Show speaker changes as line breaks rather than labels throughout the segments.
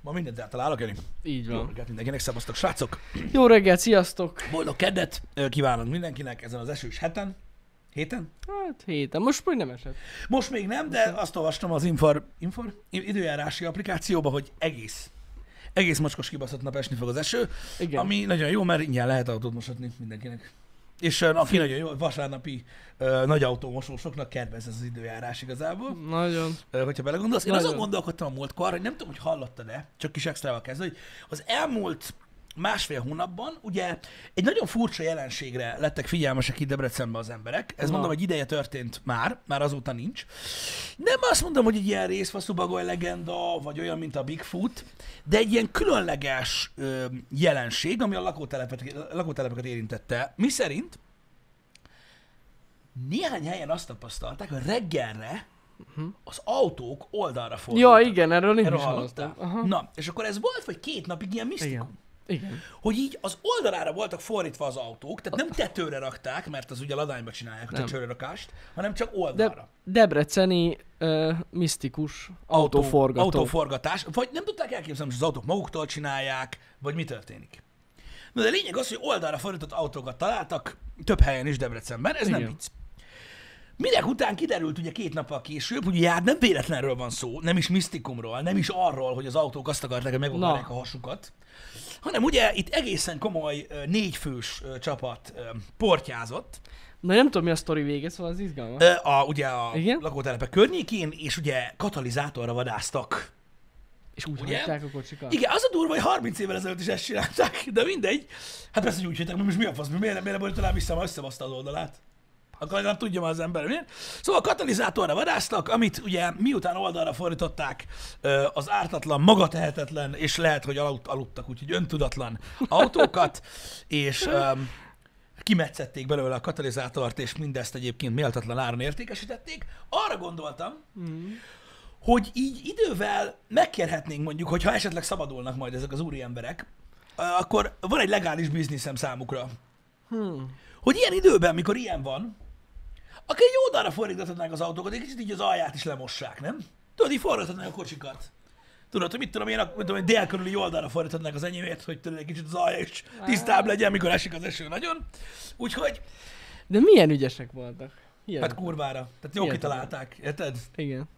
Ma mindent eltalálok, Jani.
Így
Jó
van.
reggelt mindenkinek, szevasztok srácok!
Jó reggelt, sziasztok!
Boldog keddet ö, kívánok mindenkinek ezen az esős heten. Héten?
Hát héten, most még nem esett.
Most még nem, de azt olvastam az Infor, Infor I- időjárási applikációba, hogy egész, egész mocskos kibaszott nap esni fog az eső,
Igen.
Igen. ami nagyon jó, mert ingyen lehet autót mosatni mindenkinek. És ö, aki nagyon jó, vasárnapi ö, nagy autómosósoknak kedvez ez az időjárás igazából.
Nagyon.
Ö, hogyha belegondolsz. Én
Nagyon.
azon gondolkodtam a múltkor, hogy nem tudom, hogy hallottad-e, csak kis extrával kezdve, hogy az elmúlt másfél hónapban ugye egy nagyon furcsa jelenségre lettek figyelmesek itt Debrecenben az emberek. Ez
Na.
mondom, egy ideje történt már, már azóta nincs. Nem azt mondom, hogy egy ilyen részfaszú bagoly legenda, vagy olyan, mint a Bigfoot, de egy ilyen különleges ö, jelenség, ami a lakótelepet, lakótelepeket érintette. Mi szerint néhány helyen azt tapasztalták, hogy reggelre az autók oldalra
Ja,
fordultak.
igen, erről én
Erről
is hallottam.
hallottál?
Aha.
Na, és akkor ez volt, vagy két napig ilyen misztikum?
Igen. Igen.
hogy így az oldalára voltak fordítva az autók, tehát nem tetőre rakták, mert az ugye ladányba csinálják a
Nem.
tetőre rakást, hanem csak
De
oldalra.
Debreceni uh, misztikus autóforgató.
Autóforgatás, vagy nem tudták elképzelni, hogy az autók maguktól csinálják, vagy mi történik. Na de a lényeg az, hogy oldalra fordított autókat találtak, több helyen is Debrecenben, ez Igen. nem
Igen.
vicc. Minek után kiderült ugye két nappal később, hogy hát nem véletlenről van szó, nem is misztikumról, nem is arról, hogy az autók azt akarták, hogy megvakarják a
Na.
hasukat, hanem ugye itt egészen komoly ö, négyfős ö, csapat ö, portyázott,
Na nem tudom mi a sztori vége, szóval az izgalmas.
Ö, a, ugye a
Igen?
lakótelepek környékén, és ugye katalizátorra vadáztak
És úgy
ugye?
hagyták a kocsikat.
Igen, az a durva, hogy 30 évvel ezelőtt is ezt csinálták, de mindegy. Hát persze, hogy úgy hittek, hogy most mi a fasz, mi- miért, miért nem volt talán vissza, mert összebaszta az oldalát. Akkor legalább tudja már az ember, miért? Szóval katalizátorra vadásztak, amit ugye miután oldalra fordították, ö, az ártatlan, magatehetetlen, és lehet, hogy aludt, aludtak, úgyhogy öntudatlan autókat, és öm, kimetszették belőle a katalizátort, és mindezt egyébként méltatlan áron értékesítették. Arra gondoltam, hogy így idővel megkérhetnénk mondjuk, hogyha esetleg szabadulnak majd ezek az úri emberek, ö, akkor van egy legális bizniszem számukra.
Hmm.
Hogy ilyen időben, mikor ilyen van, akkor egy oldalra fordíthatnák az autókat, egy kicsit így az alját is lemossák, nem? Tudod, így forgathatnák a kocsikat. Tudod, hogy mit tudom én, ak- mit tudom, én dél körüli oldalra fordíthatnák az enyémért, hogy tudod, egy kicsit az alja is tisztább legyen, mikor esik az eső nagyon. Úgyhogy,
De milyen ügyesek voltak. Ilyen.
hát kurvára. Tehát jó
Ilyen.
kitalálták, érted?
Igen.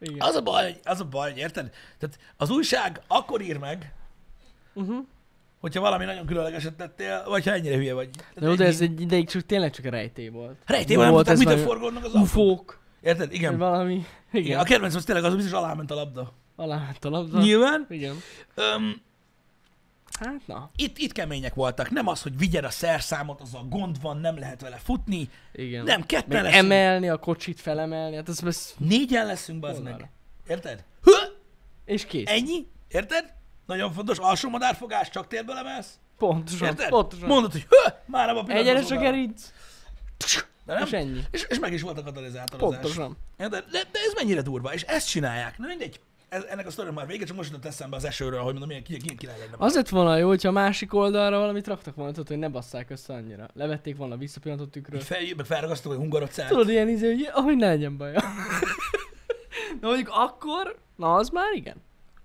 Igen.
Az a baj, az a baj, érted? Tehát az újság akkor ír meg,
Uh-huh.
hogyha valami nagyon különlegeset tettél, vagy ha ennyire hülye vagy.
De jó, de ez egy ideig csak tényleg csak rejtély volt.
Rejtély van,
volt
volt, mitől
nagyon-
forgódnak az autók?
Ufók.
Érted?
vagy
Igen.
Valami.
Igen.
Igen.
A kedvenc az tényleg az, hogy biztos aláment a labda.
Alá ment a labda.
Nyilván.
Igen.
Öm,
Hát na.
itt, itt kemények voltak. Nem az, hogy vigyen a szerszámot, az a gond van, nem lehet vele futni.
Igen.
Nem,
Meg
ketten leszünk.
emelni, a kocsit felemelni, hát ez, ez
Négyen leszünk, bazd
Oldalra.
meg. Érted? Hő!
És kész. Egy...
Ennyi? Érted? Nagyon fontos, alsó madárfogás, csak térből emelsz.
Pontosan.
Érted?
Pontosan.
Mondod, hogy hő! Már abban a pillanatban
Egyenes
az
a
oldalra.
gerinc.
De nem?
És ennyi.
És, és meg is volt a katalizátorozás.
Pontosan.
Ja, De, de, de ez mennyire durva, és ezt csinálják. Na mindegy, ez, ennek a sztorinak már vége, csak most jutott eszembe az esőről, hogy mondom, milyen, ki- milyen király lenne.
Az lett volna jó, hogyha a másik oldalra valamit raktak volna, tudod, hogy ne basszák össze annyira. Levették volna a visszapillantó tükröt.
Így fel, meg felragasztok, hogy hungarocát.
Tudod, ilyen izé, hogy ahogy ne legyen baja. Na mondjuk akkor, na az már igen.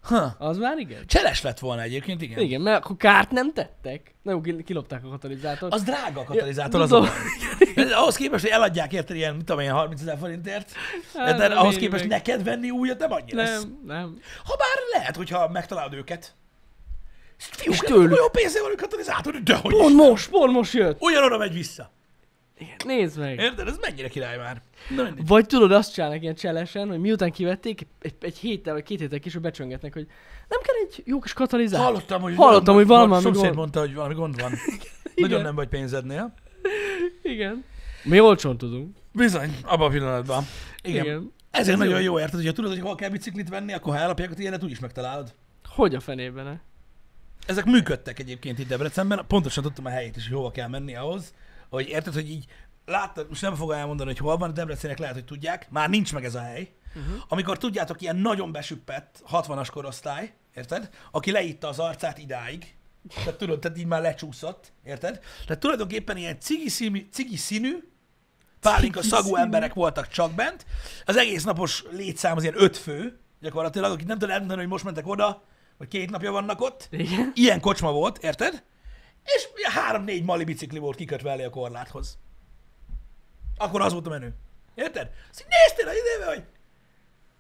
Ha.
Az már igen.
Cseles lett volna egyébként, igen.
Igen, mert akkor kárt nem tettek. Na jó, ki- kilopták a katalizátort.
Az drága a katalizátor,
Ja,
az
tudom.
Ez ahhoz képest, hogy eladják érted ilyen, mit tudom én, 30 ezer forintért,
Hát,
de
nem
ahhoz
éri
képest
meg.
neked venni újat nem annyi lesz.
Nem, nem.
Habár lehet, hogyha megtalálod őket. Fiúk,
És
és
tőlük.
tőlük. Jó pénzé van a katalizátor, de hogy
Pont most, pont most jött.
Olyan oda megy vissza.
Nézd meg.
Érted? Ez mennyire király már. Na mindegy.
Vagy tudod, azt csinálnak ilyen cselesen, hogy miután kivették, egy, egy héttel vagy két héttel később becsöngetnek, hogy nem kell egy jó kis katalizátor.
Hallottam, hogy,
Hallottam, hogy valami
A szomszéd
gond.
mondta, hogy valami gond van. Nagyon nem vagy pénzednél.
Igen. Mi olcsón tudunk.
Bizony, abban a pillanatban. Igen. Igen.
Igen.
Ezért
Ez
nagyon
jó.
jó, érted, hogyha tudod, hogy hol kell biciklit venni, akkor ha ellapjákat ilyenet, úgyis megtalálod.
Hogy a fenében -e?
Ezek működtek egyébként itt Debrecenben, pontosan tudtam a helyét is, hogy hova kell menni ahhoz, hogy érted, hogy így láttad, most nem fogom elmondani, hogy hol van, Debrecenek lehet, hogy tudják, már nincs meg ez a hely.
Mhm.
Uh-huh. Amikor tudjátok, ilyen nagyon besüppett 60-as korosztály, érted? Aki leítta az arcát idáig, tehát tudod, tehát így már lecsúszott, érted? Tehát tulajdonképpen ilyen cigi, színű, cigi színű, pálinka
Cigi
szagú
színű.
emberek voltak csak bent. Az egész napos létszám az ilyen öt fő, gyakorlatilag, akik nem tudod elmondani, hogy most mentek oda, vagy két napja vannak ott.
Igen.
Ilyen kocsma volt, érted? És ilyen három-négy mali bicikli volt kikötve elé a korláthoz. Akkor az volt a menő. Érted? Azt így néztél a idébe, hogy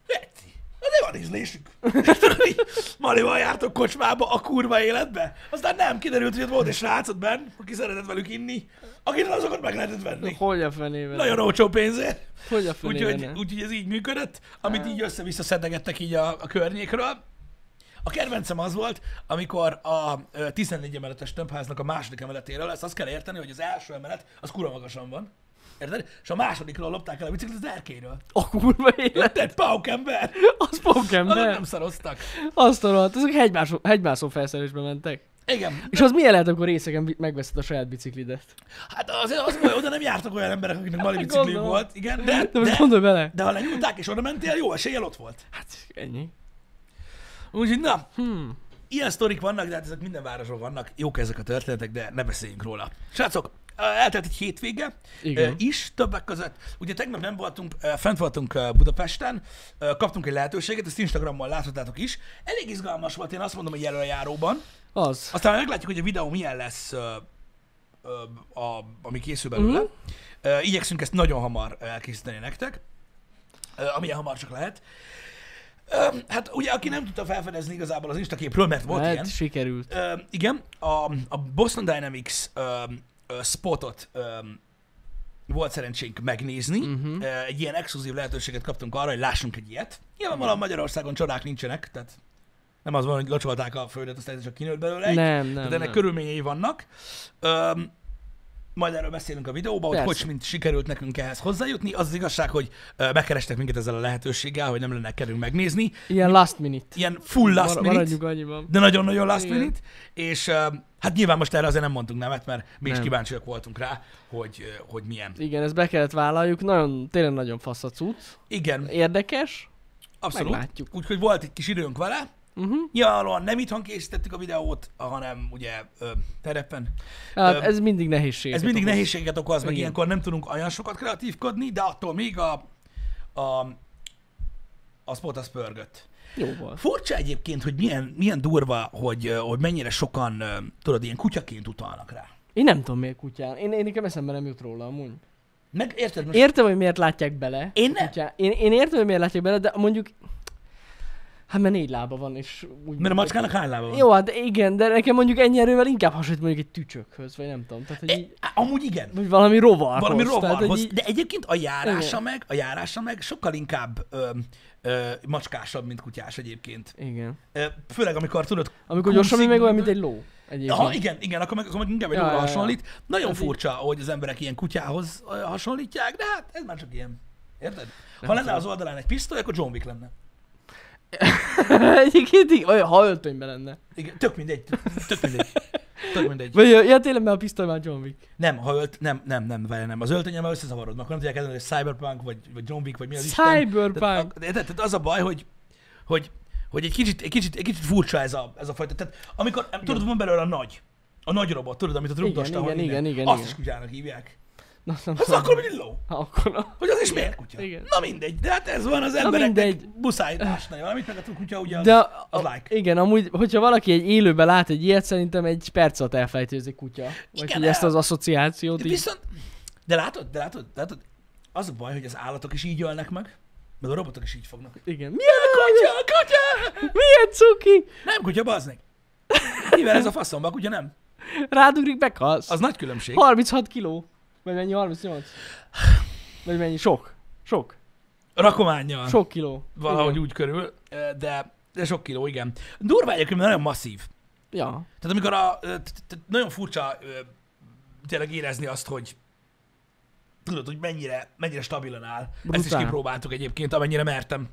Geci, azért van ízlésük. Érted, így Malival jártok kocsmába a kurva életbe. Aztán nem, kiderült, hogy ott volt egy srácod benn, aki szeretett velük inni, akitől azokat meg lehetett venni.
Hogy a fenében?
Nagyon olcsó pénzért.
Hogy a fenében?
Úgyhogy, úgyhogy ez így működött, amit így össze-vissza szedegettek így a, a környékről. A kedvencem az volt, amikor a ö, 14 emeletes tömbháznak a második emeletéről, ezt azt kell érteni, hogy az első emelet az kura magasan van. Érted? És a másodikról lopták el a biciklit az erkéről.
A kurva élet.
Érted? Pauk ember!
Az
Azok
Pokémon.
nem szaroztak.
Azt a rohadt, ezek hegymászó, hegymászó felszerelésbe mentek.
Igen.
És az milyen lehet, amikor részegen vi- megveszed a saját biciklidet?
Hát azért az baj, oda nem jártak olyan emberek, akiknek mali
Hát,
bicikli
gondolom.
volt. Igen, de,
De most
de,
gondolj bele.
de ha lenyúlták és oda mentél, jó eséllyel ott volt.
Hát ennyi.
Úgyhogy na,
Hmm.
ilyen sztorik vannak, de hát ezek minden városban vannak. Jók ezek a történetek, de ne beszéljünk róla. Srácok, eltelt egy hétvége
Igen.
Igen. is többek között. Ugye tegnap nem voltunk, ö, fent voltunk ö, Budapesten, ö, kaptunk egy lehetőséget, ezt Instagramon láthatjátok is. Elég izgalmas volt, én azt mondom, hogy jelöljáróban.
Az.
Aztán majd meglátjuk, hogy a videó milyen lesz, ö, ö, a, ami készül belőle.
Mhm.
Ö, Igyekszünk ezt nagyon hamar elkészíteni nektek, ö, amilyen hamar csak lehet. Ö, Hát ugye, aki nem tudta felfedezni igazából az Instaképről, mert volt
Hát
ilyen.
sikerült.
Ö, igen, a, a Boston Dynamics ö, ö, spotot ö, volt szerencsénk megnézni.
Mhm.
Uh-huh. Ö, egy ilyen exkluzív lehetőséget kaptunk arra, hogy lássunk egy ilyet. Nyilvánvalóan Magyarországon csodák nincsenek, tehát nem az van, hogy locsolták a földet, aztán ez csak kinőtt belőle egy.
Nem, nem,
tehát ennek
nem.
körülményei vannak. Ö, majd erről beszélünk a videóban, hogy
Persze.
hogy mint sikerült nekünk ehhez hozzájutni. Az, az igazság, hogy ö, megkerestek minket ezzel a lehetőséggel, hogy nem lenne kerünk megnézni.
Ilyen last minute.
Ilyen full last
Mar-
minute.
Maradjunk annyiban.
De nagyon-nagyon last
Igen.
minute, és ö, hát nyilván most erre azért nem mondtunk nemet, mert mi is
Nem.
kíváncsiak voltunk rá, hogy, ö, hogy milyen.
Igen, ezt be kellett vállaljuk. Nagyon, tényleg nagyon fasz a cucc.
Igen,
Érdekes.
abszolút.
meglátjuk.
Úgyhogy volt egy kis időnk vele.
Uh-huh.
Nyilvánvalóan nem itthon készítettük a videót, hanem ugye ö, terepen.
Hát,
Öm,
ez mindig nehézség.
Ez mindig nehézséget okoz, meg
Igen.
ilyenkor nem tudunk olyan sokat kreatívkodni, de attól még a, a, a spot az pörgött.
Jó volt.
Furcsa egyébként, hogy milyen, milyen durva, hogy, ö, hogy mennyire sokan, ö, tudod, ilyen kutyaként utalnak rá.
Én nem tudom miért kutyán. Én, én nekem eszembe nem jut róla amúgy.
Meg érted? Most
Értem, hogy miért látják bele.
Én nem.
Kutyán. Én, én értem, hogy miért látják bele, de mondjuk... Hát mert négy lába van, és úgy...
Mert a macskának hány lába van?
Jó, hát igen, de nekem mondjuk ennyi erővel inkább hasonlít mondjuk egy tücsökhöz, vagy nem tudom. Tehát, hogy így,
E, amúgy igen.
vagy valami rovarhoz.
Valami
Tehát, hogy
rovarhoz.
így,
De egyébként a járása
Igen.
meg, a járása meg sokkal inkább ö, ö, macskásabb, mint kutyás egyébként.
igen.
Ö, főleg amikor tudod...
Amikor gyorsan még
kúszik-
olyan, mint egy ló. Egyébként.
Aha, igen, igen, akkor meg, akkor meg inkább egy
Ja,
óra
ja, ja.
hasonlít. Nagyon
Ez így-
furcsa, hogy az emberek ilyen kutyához ö, hasonlítják, de hát ez már csak ilyen. Érted? Ha lenne az oldalán egy pisztoly, akkor John Wick lenne.
Egyébként így, olyan, ha öltönyben lenne.
Igen, tök mindegy, tök- tök mindegy. Tök mindegy.
Vagy, ja, tényleg, mert a pisztoly már John Wick.
Nem, ha ölt, nem, nem, nem, vele nem. Az öltönyel már összezavarodnak. Akkor nem tudják eldönteni, hogy Cyberpunk, vagy, vagy John Wick, vagy mi az Isten.
Cyberpunk.
Tehát, tehát, tehát az a baj, hogy, hogy, hogy egy, kicsit, egy, kicsit, egy kicsit furcsa ez a, ez a fajta. Tehát amikor, nem, tudod, van belőle a nagy. A nagy robot, tudod, amit a rugdosta,
igen, igen, igen,
Azt
igen.
is kutyának hívják.
Na, nem
Az
tudom.
akkor, mint egy ló.
Ha, akkor...
Hogy az is miért kutya?
Igen.
Na mindegy, de hát ez van az embereknek
mindegy.
muszáj másnál valamit, meg a kutya ugye az,
De
de...
a,
az
a,
like.
igen, amúgy, hogyha valaki egy élőben lát egy ilyet, szerintem egy perc alatt elfejti, hogy ez egy kutya. Vagy
Igen,
hogy ezt
el-
az asszociációt így...
Viszont, de látod, de látod, de látod, az a baj, hogy az állatok is így ölnek meg, meg a robotok is így fognak.
Igen. Milyen
Kutya, kutya!
Milyen cuki?
Nem kutya, bazd meg. Mivel ez a faszomba, kutya nem.
Rádugrik, bekalsz.
Az nagy különbség.
36 kiló. Vagy mennyi? 38? Vagy mennyi? Sok. Sok.
Rakományjal.
Sok kiló.
Valahogy
Igen.
úgy körül, ö, de, de sok kiló, igen. Durva egyébként, mert nagyon masszív.
Ja.
Tehát amikor a, ö, t- t- nagyon furcsa ö, tényleg érezni azt, hogy tudod, hogy mennyire, mennyire stabilan áll. Ezt is
Brutál.
kipróbáltuk egyébként, amennyire mertem.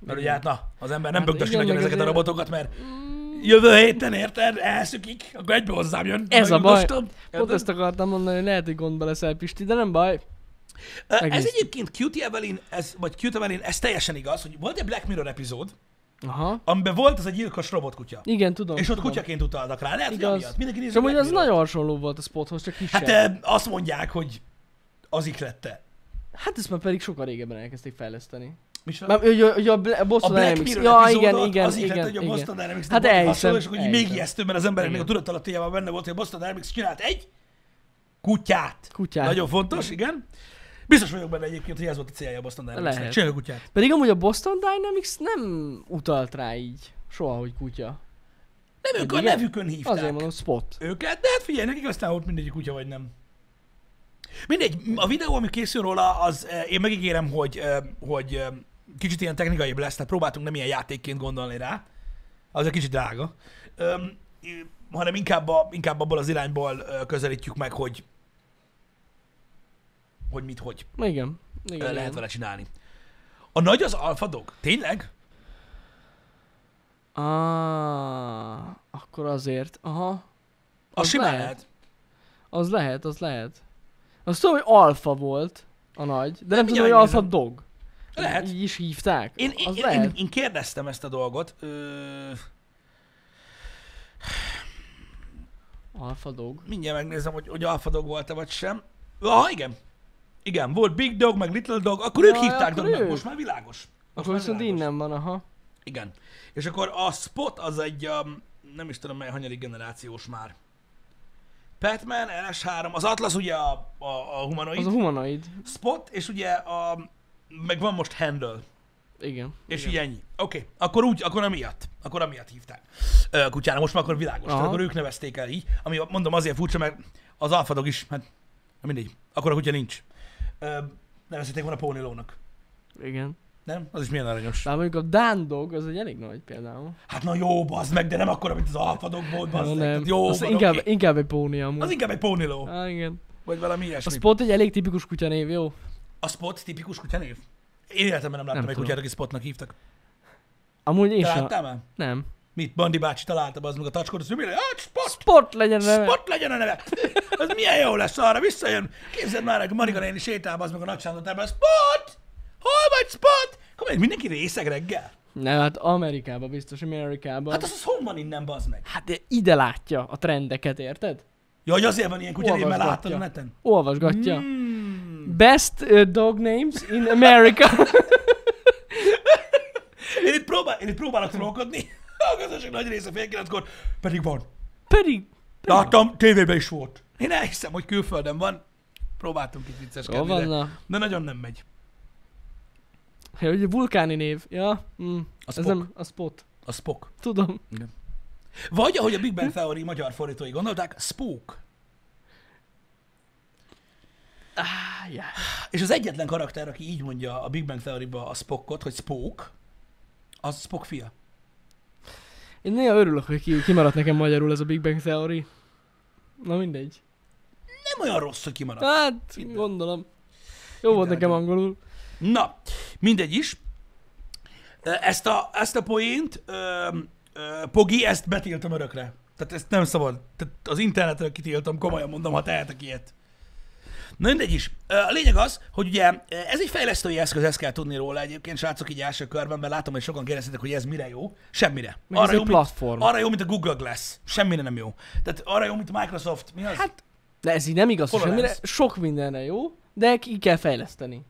Mert ugye hát na, az ember nem hát
Hát
bögdösi
igen,
nagyon
meg
ezeket a
azért- Mm.
robotokat, mert jövő héten, érted, elszükik, akkor egybe hozzám jön.
Ez a baj.
Megdugdostam.
Pont ezt akartam mondani, hogy lehet, hogy gondba leszel, Pisti, de nem baj.
Ö, Ez
Megnéztük.
egyébként Cutie Evelyn, ez, vagy Cutie Evelyn, ez teljesen igaz, hogy volt egy Black Mirror epizód,
Aha.
amiben volt az a gyilkos robotkutya.
Igen, tudom.
És ott
tudom.
kutyaként utalnak rá. Lehet, hogy
Igaz.
amiatt. Mindenki nézi
És amúgy
Black
az
Mirror-t.
nagyon hasonló volt a spothoz, csak kisebb.
Hát eh, azt mondják, hogy az iklette.
Hát ezt már pedig sokkal régebben elkezdték fejleszteni.
Micsoda?
Már, hogy, a- hogy a Bla-
a
Boston
Black
Dynamics.
Mirror
Ja,
epizódot,
igen, igen,
az
igen,
lett, hogy a
igen.
Boston Dynamics
Hát
volt
elhiszem,
hasonló, és akkor így még
elhiszem.
ijesztőbb, mert az embereknek a
Igen.
tudatalattjában benne volt, hogy a Boston Dynamics csinált egy kutyát.
Kutyát.
Nagyon fontos, igen. Biztos vagyok benne egyébként, hogy ez volt a célja a Boston Dynamicsnek.
Lehet.
Csinálj a kutyát.
Pedig amúgy a Boston Dynamics nem utalt rá így. Soha, hogy kutya.
Nem ők a
Igen.
nevükön
Azért
hívták
mondom, spot.
őket, de hát figyelj, nekik aztán ott mindegy kutya vagy nem. Mindegy, a videó, ami készül róla, az eh, én megígérem, hogy, eh, hogy eh, kicsit ilyen technikai lesz, tehát próbáltunk nem ilyen játékként gondolni rá. Az egy kicsit drága. Öm, i- hanem inkább, a, inkább abból az irányból ö, közelítjük meg, hogy hogy mit, hogy
Na Igen.
ö,
Igen,
lehet
igen.
vele csinálni. A nagy az alfadog? Tényleg?
Ah, akkor azért. Aha.
Az,
Az
simán
lehet.
lehet.
Az lehet, az lehet. Azt tudom, hogy alfa volt a nagy, de nem tudom,
mindjárt
hogy alfa
megnézem.
dog.
Lehet.
Így is hívták.
Én, én,
az
én,
lehet.
én, én kérdeztem ezt a dolgot. Ö,
Alfa dog.
Mindjárt megnézem, hogy, hogy Alpha Dog volt-e vagy sem. Ah, igen. Igen, volt Big Dog, meg Little Dog, akkor ők
Ja,
hívták
akkor
dognak,
ők.
most már világos. Most
Akkor
már
viszont
világos.
innen van, aha.
Igen. És akkor a Spot az egy, um, nem is tudom mely hanyadik generációs már. Batman, LS3, az Atlas ugye a, a, a humanoid,
Az a humanoid.
Spot, és ugye a, meg van most Handle.
Igen.
És
igen.
így ennyi. Oké, okay. akkor úgy, akkor amiatt. Akkor amiatt hívták. Ö, kutyára, most már akkor világos. Tehát
Aha.
akkor ők nevezték el így. Ami mondom azért furcsa, mert az alfadog is, hát na mindegy. Akkor a kutya nincs. Ö, nevezték volna pónilónak.
Igen.
Nem? Az is milyen aranyos.
Bár mondjuk a Dán dog, az egy elég nagy például.
Hát na jó, bazd meg, de nem akkor, mint az alfadog volt, bazd
Na,
meg.
nem.
Tehát Jó,
az
van,
inkább,
oké.
inkább egy póni amúgy.
az inkább egy póniló.
Á, igen.
Vagy valami
A
ilyesmi. A,
spot egy elég tipikus kutyanév, jó?
spot tipikus kutyanév? Én életemben nem láttam
Nem
egy
tudom.
kutyát, aki spotnak hívtak.
Amúgy én
Te
sem.
láttál már?
Nem.
Mit? Bandi bácsi találta, az meg a tacskot, azt mondja, hogy spot!
Spot legyen neve.
Spot legyen a neve! Ez milyen jó lesz arra, visszajön. Képzeld már, hogy Marika néni sétál, az meg a nagy sándotában, Spot! Hol vagy Spot? Komolyan, mindenki részeg reggel?
Nem, hát Amerikában biztos, Amerikában.
Hát az, az honnan van innen, bazd meg?
hát de ide látja a trendeket, érted?
Jaj, azért van ilyen kutya, mert
Olvasgatja.
láttad a neten.
Olvasgatja.
Hmm.
Best uh, dog names in America.
Én itt, próbál, én itt próbálok trollkodni, a gazdaság nagy része fél kilenckor, pedig van.
Pedig...
Láttam, tévében is volt. Én elhiszem, hogy külföldön van. Próbáltunk itt
Jó
vicceskedni,
van,
de,
na.
de nagyon nem megy.
Ja, ugye vulkáni név. Ja, mm.
A
Ez
Spock.
nem a spot.
A Spock.
Tudom.
Vagy, ahogy a Big Bang Theory magyar fordítói gondolták, Spook.
Ah, yeah.
És az egyetlen karakter, aki így mondja a Big Bang Theory-ba a Spockot, hogy Spook, az Spock fia.
Én néha örülök, hogy ki, kimaradt nekem magyarul ez a Big Bang Theory. Na mindegy.
Nem olyan rossz, hogy kimaradt.
Hát,
Hidd el.
gondolom. Jó volt
el,
nekem
hogy-
angolul.
Na, mindegy is. Ezt a, ezt a poént, öm, ö, Pogi, ezt betiltom örökre. Tehát ezt nem szabad. Tehát az internetre kitiltom, komolyan mondom, ha tehetek ilyet. Na mindegy is. Ö, A lényeg az, hogy ugye ö, ez egy fejlesztői eszköz, ezt kell tudni róla egyébként, srácok így első körben, mert látom, hogy sokan kérdeztetek, hogy ez mire jó. Semmire.
Meg ez egy
mint-
platform.
arra jó, mint a Google Glass. Semmire nem jó. Tehát arra jó, mint a Microsoft. Mi az? Hát,
De ez így nem igaz, hogy
Hol a
semmire.
lánc?
Sok mindenre jó, de ki kell fejleszteni.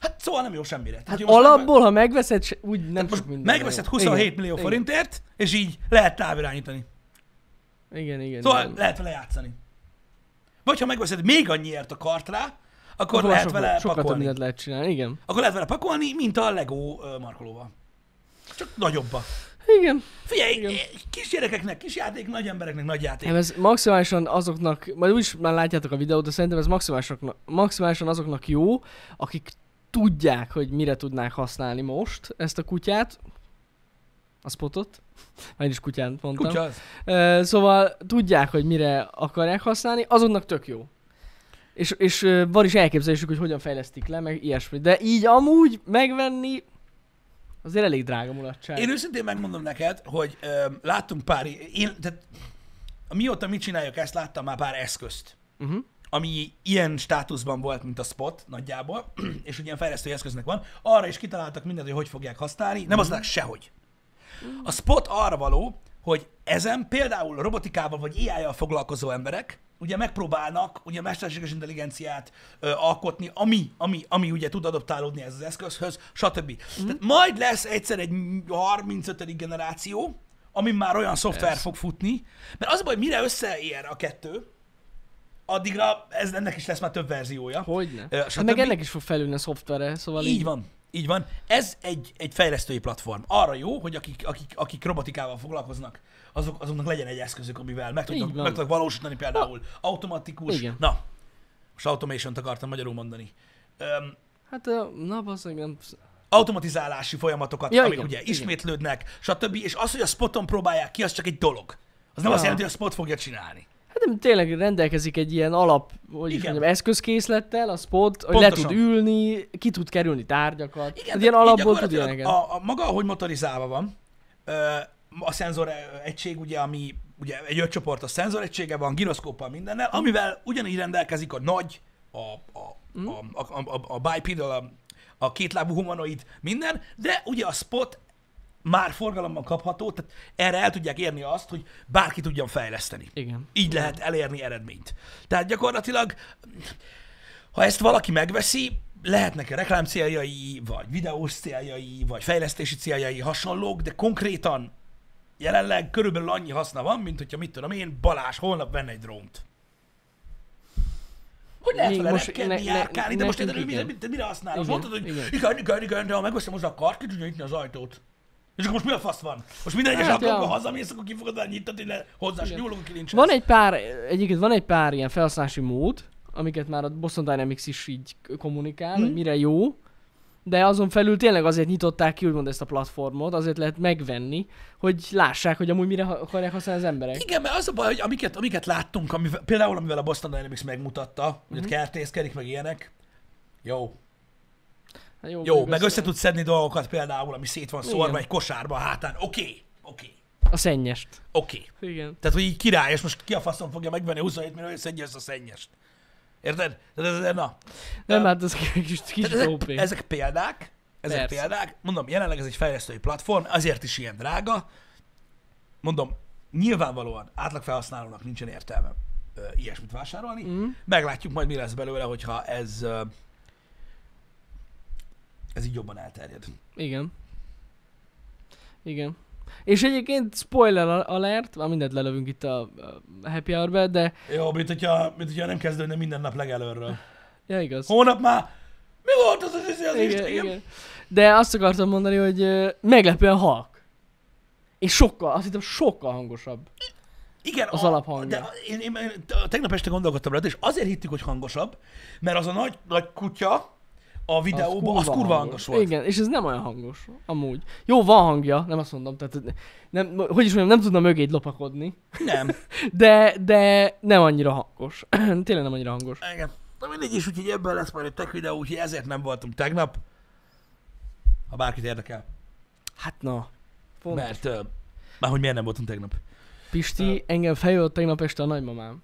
hát szóval nem jó semmire. Tehát,
Hát
hogy most megve-
alapból, ha megveszed, se- úgy nem
most
sok minden.
megveszed 27
igen.
millió forintért, és így lehet távirányítani.
Igen, igen. igen
Szóval
igen.
lehet vele játszani. Vagy ha megveszed még annyiért a kart rá, akkor,
Akkor
lehet
sok-
vele
sokkal több
pakolni.
mindent lehet csinálni, igen.
Akkor lehet vele pakolni, mint a Lego ö, markolóval. Csak nagyobba.
Igen.
Figyelj,
Igen.
kisgyerekeknek kis játék, nagy embereknek nagy játék.
Nem, ez maximálisan azoknak, majd úgyis már látjátok a videót, de szerintem ez maximálisan, maximálisan azoknak jó, akik tudják, hogy mire tudnák használni most ezt a kutyát, a spotot, már is kutyán mondtam.
Kutya az.
Ö, szóval tudják, hogy mire akarják használni, azoknak tök jó. És, és ö, van is elképzelésük, hogy hogyan fejlesztik le, meg ilyesmi. De így amúgy megvenni azért elég drága mulatság.
Én őszintén megmondom neked, hogy ö, láttunk pár, i- én, tehát mióta mit csináljuk, ezt láttam már pár eszközt,
Uh-huh.
ami ilyen státuszban volt, mint a spot nagyjából, és ugye ilyen fejlesztői eszköznek van, arra is kitaláltak mindent, hogy hogy fogják használni, nem használják sehogy. A spot arra való, hogy ezen például robotikával vagy AI-jal foglalkozó emberek ugye megpróbálnak ugye mesterséges intelligenciát ö, alkotni, ami, ami, ami ugye tud adaptálódni ez az eszközhöz, stb. Mm. Tehát majd lesz egyszer egy 35. generáció, amin már olyan szoftver
Persze.
fog futni, mert az a baj, mire összeér a kettő, addigra ez, ennek is lesz már több verziója.
Hogyne.
Ö,
Hát
stb.
meg ennek is fog felülni a szoftvere, szóval
Így van, így van. Ez egy, egy fejlesztői platform. Arra jó, hogy akik, akik, akik robotikával foglalkoznak, azok, azoknak legyen egy eszközük, amivel meg tudnak,
Így van.
meg tudnak valósítani például automatikus.
Igen.
Na, most automation akartam magyarul mondani. Öm,
Hát, ö, na bazzeg, nem...
automatizálási folyamatokat, ja,
Ja,
amik
igen,
ugye
igen.
ismétlődnek, stb. És az, hogy a spoton próbálják ki, az csak egy dolog. Az nem azt
Ja.
jelenti, hogy a spot fogja csinálni.
Hát nem, tényleg rendelkezik egy ilyen alap, hogy is
Igen.
mondjam, eszközkészlettel, a spot, hogy le
Pontosan.
tud ülni, ki tud kerülni tárgyakat.
Igen,
Igen,
tehát
ilyen alapból tud
gyakorlatilag
ilyeneket.
A, a maga, ahogy motorizálva van, ö, a szenzor egység, ugye, ami ugye egy öt csoport a szenzor egysége van, gyroszkóppal mindennel, amivel ugyanígy rendelkezik a nagy, a, a,
Mm.
a, a, a, a bipedal, a, a kétlábú humanoid, minden, de ugye a spot már forgalomban kapható, tehát erre el tudják érni azt, hogy bárki tudjon fejleszteni.
Igen.
Így lehet elérni eredményt. Tehát gyakorlatilag, ha ezt valaki megveszi, lehetnek reklám céljai, vagy videós céljai, vagy fejlesztési céljai hasonlók, de konkrétan jelenleg körülbelül annyi haszna van, mint hogyha mit tudom én, Balázs holnap venne egy drónt. Hogy lehet
Még
vele
most
repkedni,
ne- ne-
járkálni, de most
nekünk
érted, mire,
igen.
mire, mire használod?
Igen,
Mondtad, hogy igen.
igen.
igen, igen, igen, de ha megveszem hozzá a kart, ki tudja nyitni az ajtót. És akkor most mi a fasz van? Most minden egyes
Hát,
hát, alkalommal
ja.
hazamész, akkor ki fogod már nyitani le hozzá, és nyúlunk ki nincs.
Van egy pár, egyébként van egy pár ilyen felhasználási mód, amiket már a Boston Dynamics is így kommunikál,
Mhm.
hogy mire jó, de azon felül tényleg azért nyitották ki, úgymond ezt a platformot, azért lehet megvenni, hogy lássák, hogy amúgy mire ha- akarják használni az emberek.
Igen, mert az a baj, hogy amiket, amiket láttunk, amivel, például amivel a Boston Dynamics megmutatta, hogy mm-hmm.
Mhm.
ott kertészkedik, meg ilyenek. Jó.
Hát Jó,
Jó,
mondjuk
meg
össze-
össze tudsz szedni dolgokat például, ami szét van szórva
Igen.
egy kosárba a hátán. Oké, okay. oké, okay.
A szennyest.
oké. Okay.
Igen.
Tehát, hogy így király, és most ki a faszom fogja megvenni 27 millió, hogy szedje ezt a szennyest. Érted? Tehát ez- ez- Na.
Nem,
Ö,
hát ez kicsit, kicsit
Tehát
OP.
ezek, ezek példák, ezek
Persze.
példák. Mondom, jelenleg ez egy fejlesztői platform, azért is ilyen drága. Mondom, nyilvánvalóan átlagfelhasználónak nincsen értelme ö, ilyesmit vásárolni. Mm. Meglátjuk majd, mi lesz belőle, hogyha ez ö, ez így jobban elterjed.
Igen. Igen. És egyébként spoiler al- alert, már mindent lelövünk itt a, a happy hour de
Jó, mint hogyha, mint hogyha nem kezdődne minden nap legelőről.
ja igaz.
Hónap már mi volt az az, az, az
igen, igen. De azt akartam mondani, hogy ö, meglepően halk. És sokkal, azt hittem sokkal hangosabb.
Igen,
Az
a,
alaphangja.
De a- én, én, én a- tegnap este gondolkodtam rá, és azért hittük, hogy hangosabb, mert az a nagy, nagy kutya a videóban, az, kurva hangos volt. Igen.
Igen, és ez nem olyan hangos, amúgy. Jó, van hangja, nem azt mondom, tehát nem, hogy is mondjam, nem tudna mögéd lopakodni,
Nem.
de, de nem annyira hangos. Tényleg nem annyira hangos.
Igen. Na mindegy is, úgyhogy ebből lesz majd egy tech videó, úgyhogy ezért nem voltunk tegnap. Ha bárkit érdekel.
Hát na. Fontos.
Mert, ö, már hogy miért nem voltunk tegnap.
Pisti, engem feljött tegnap este a nagymamám.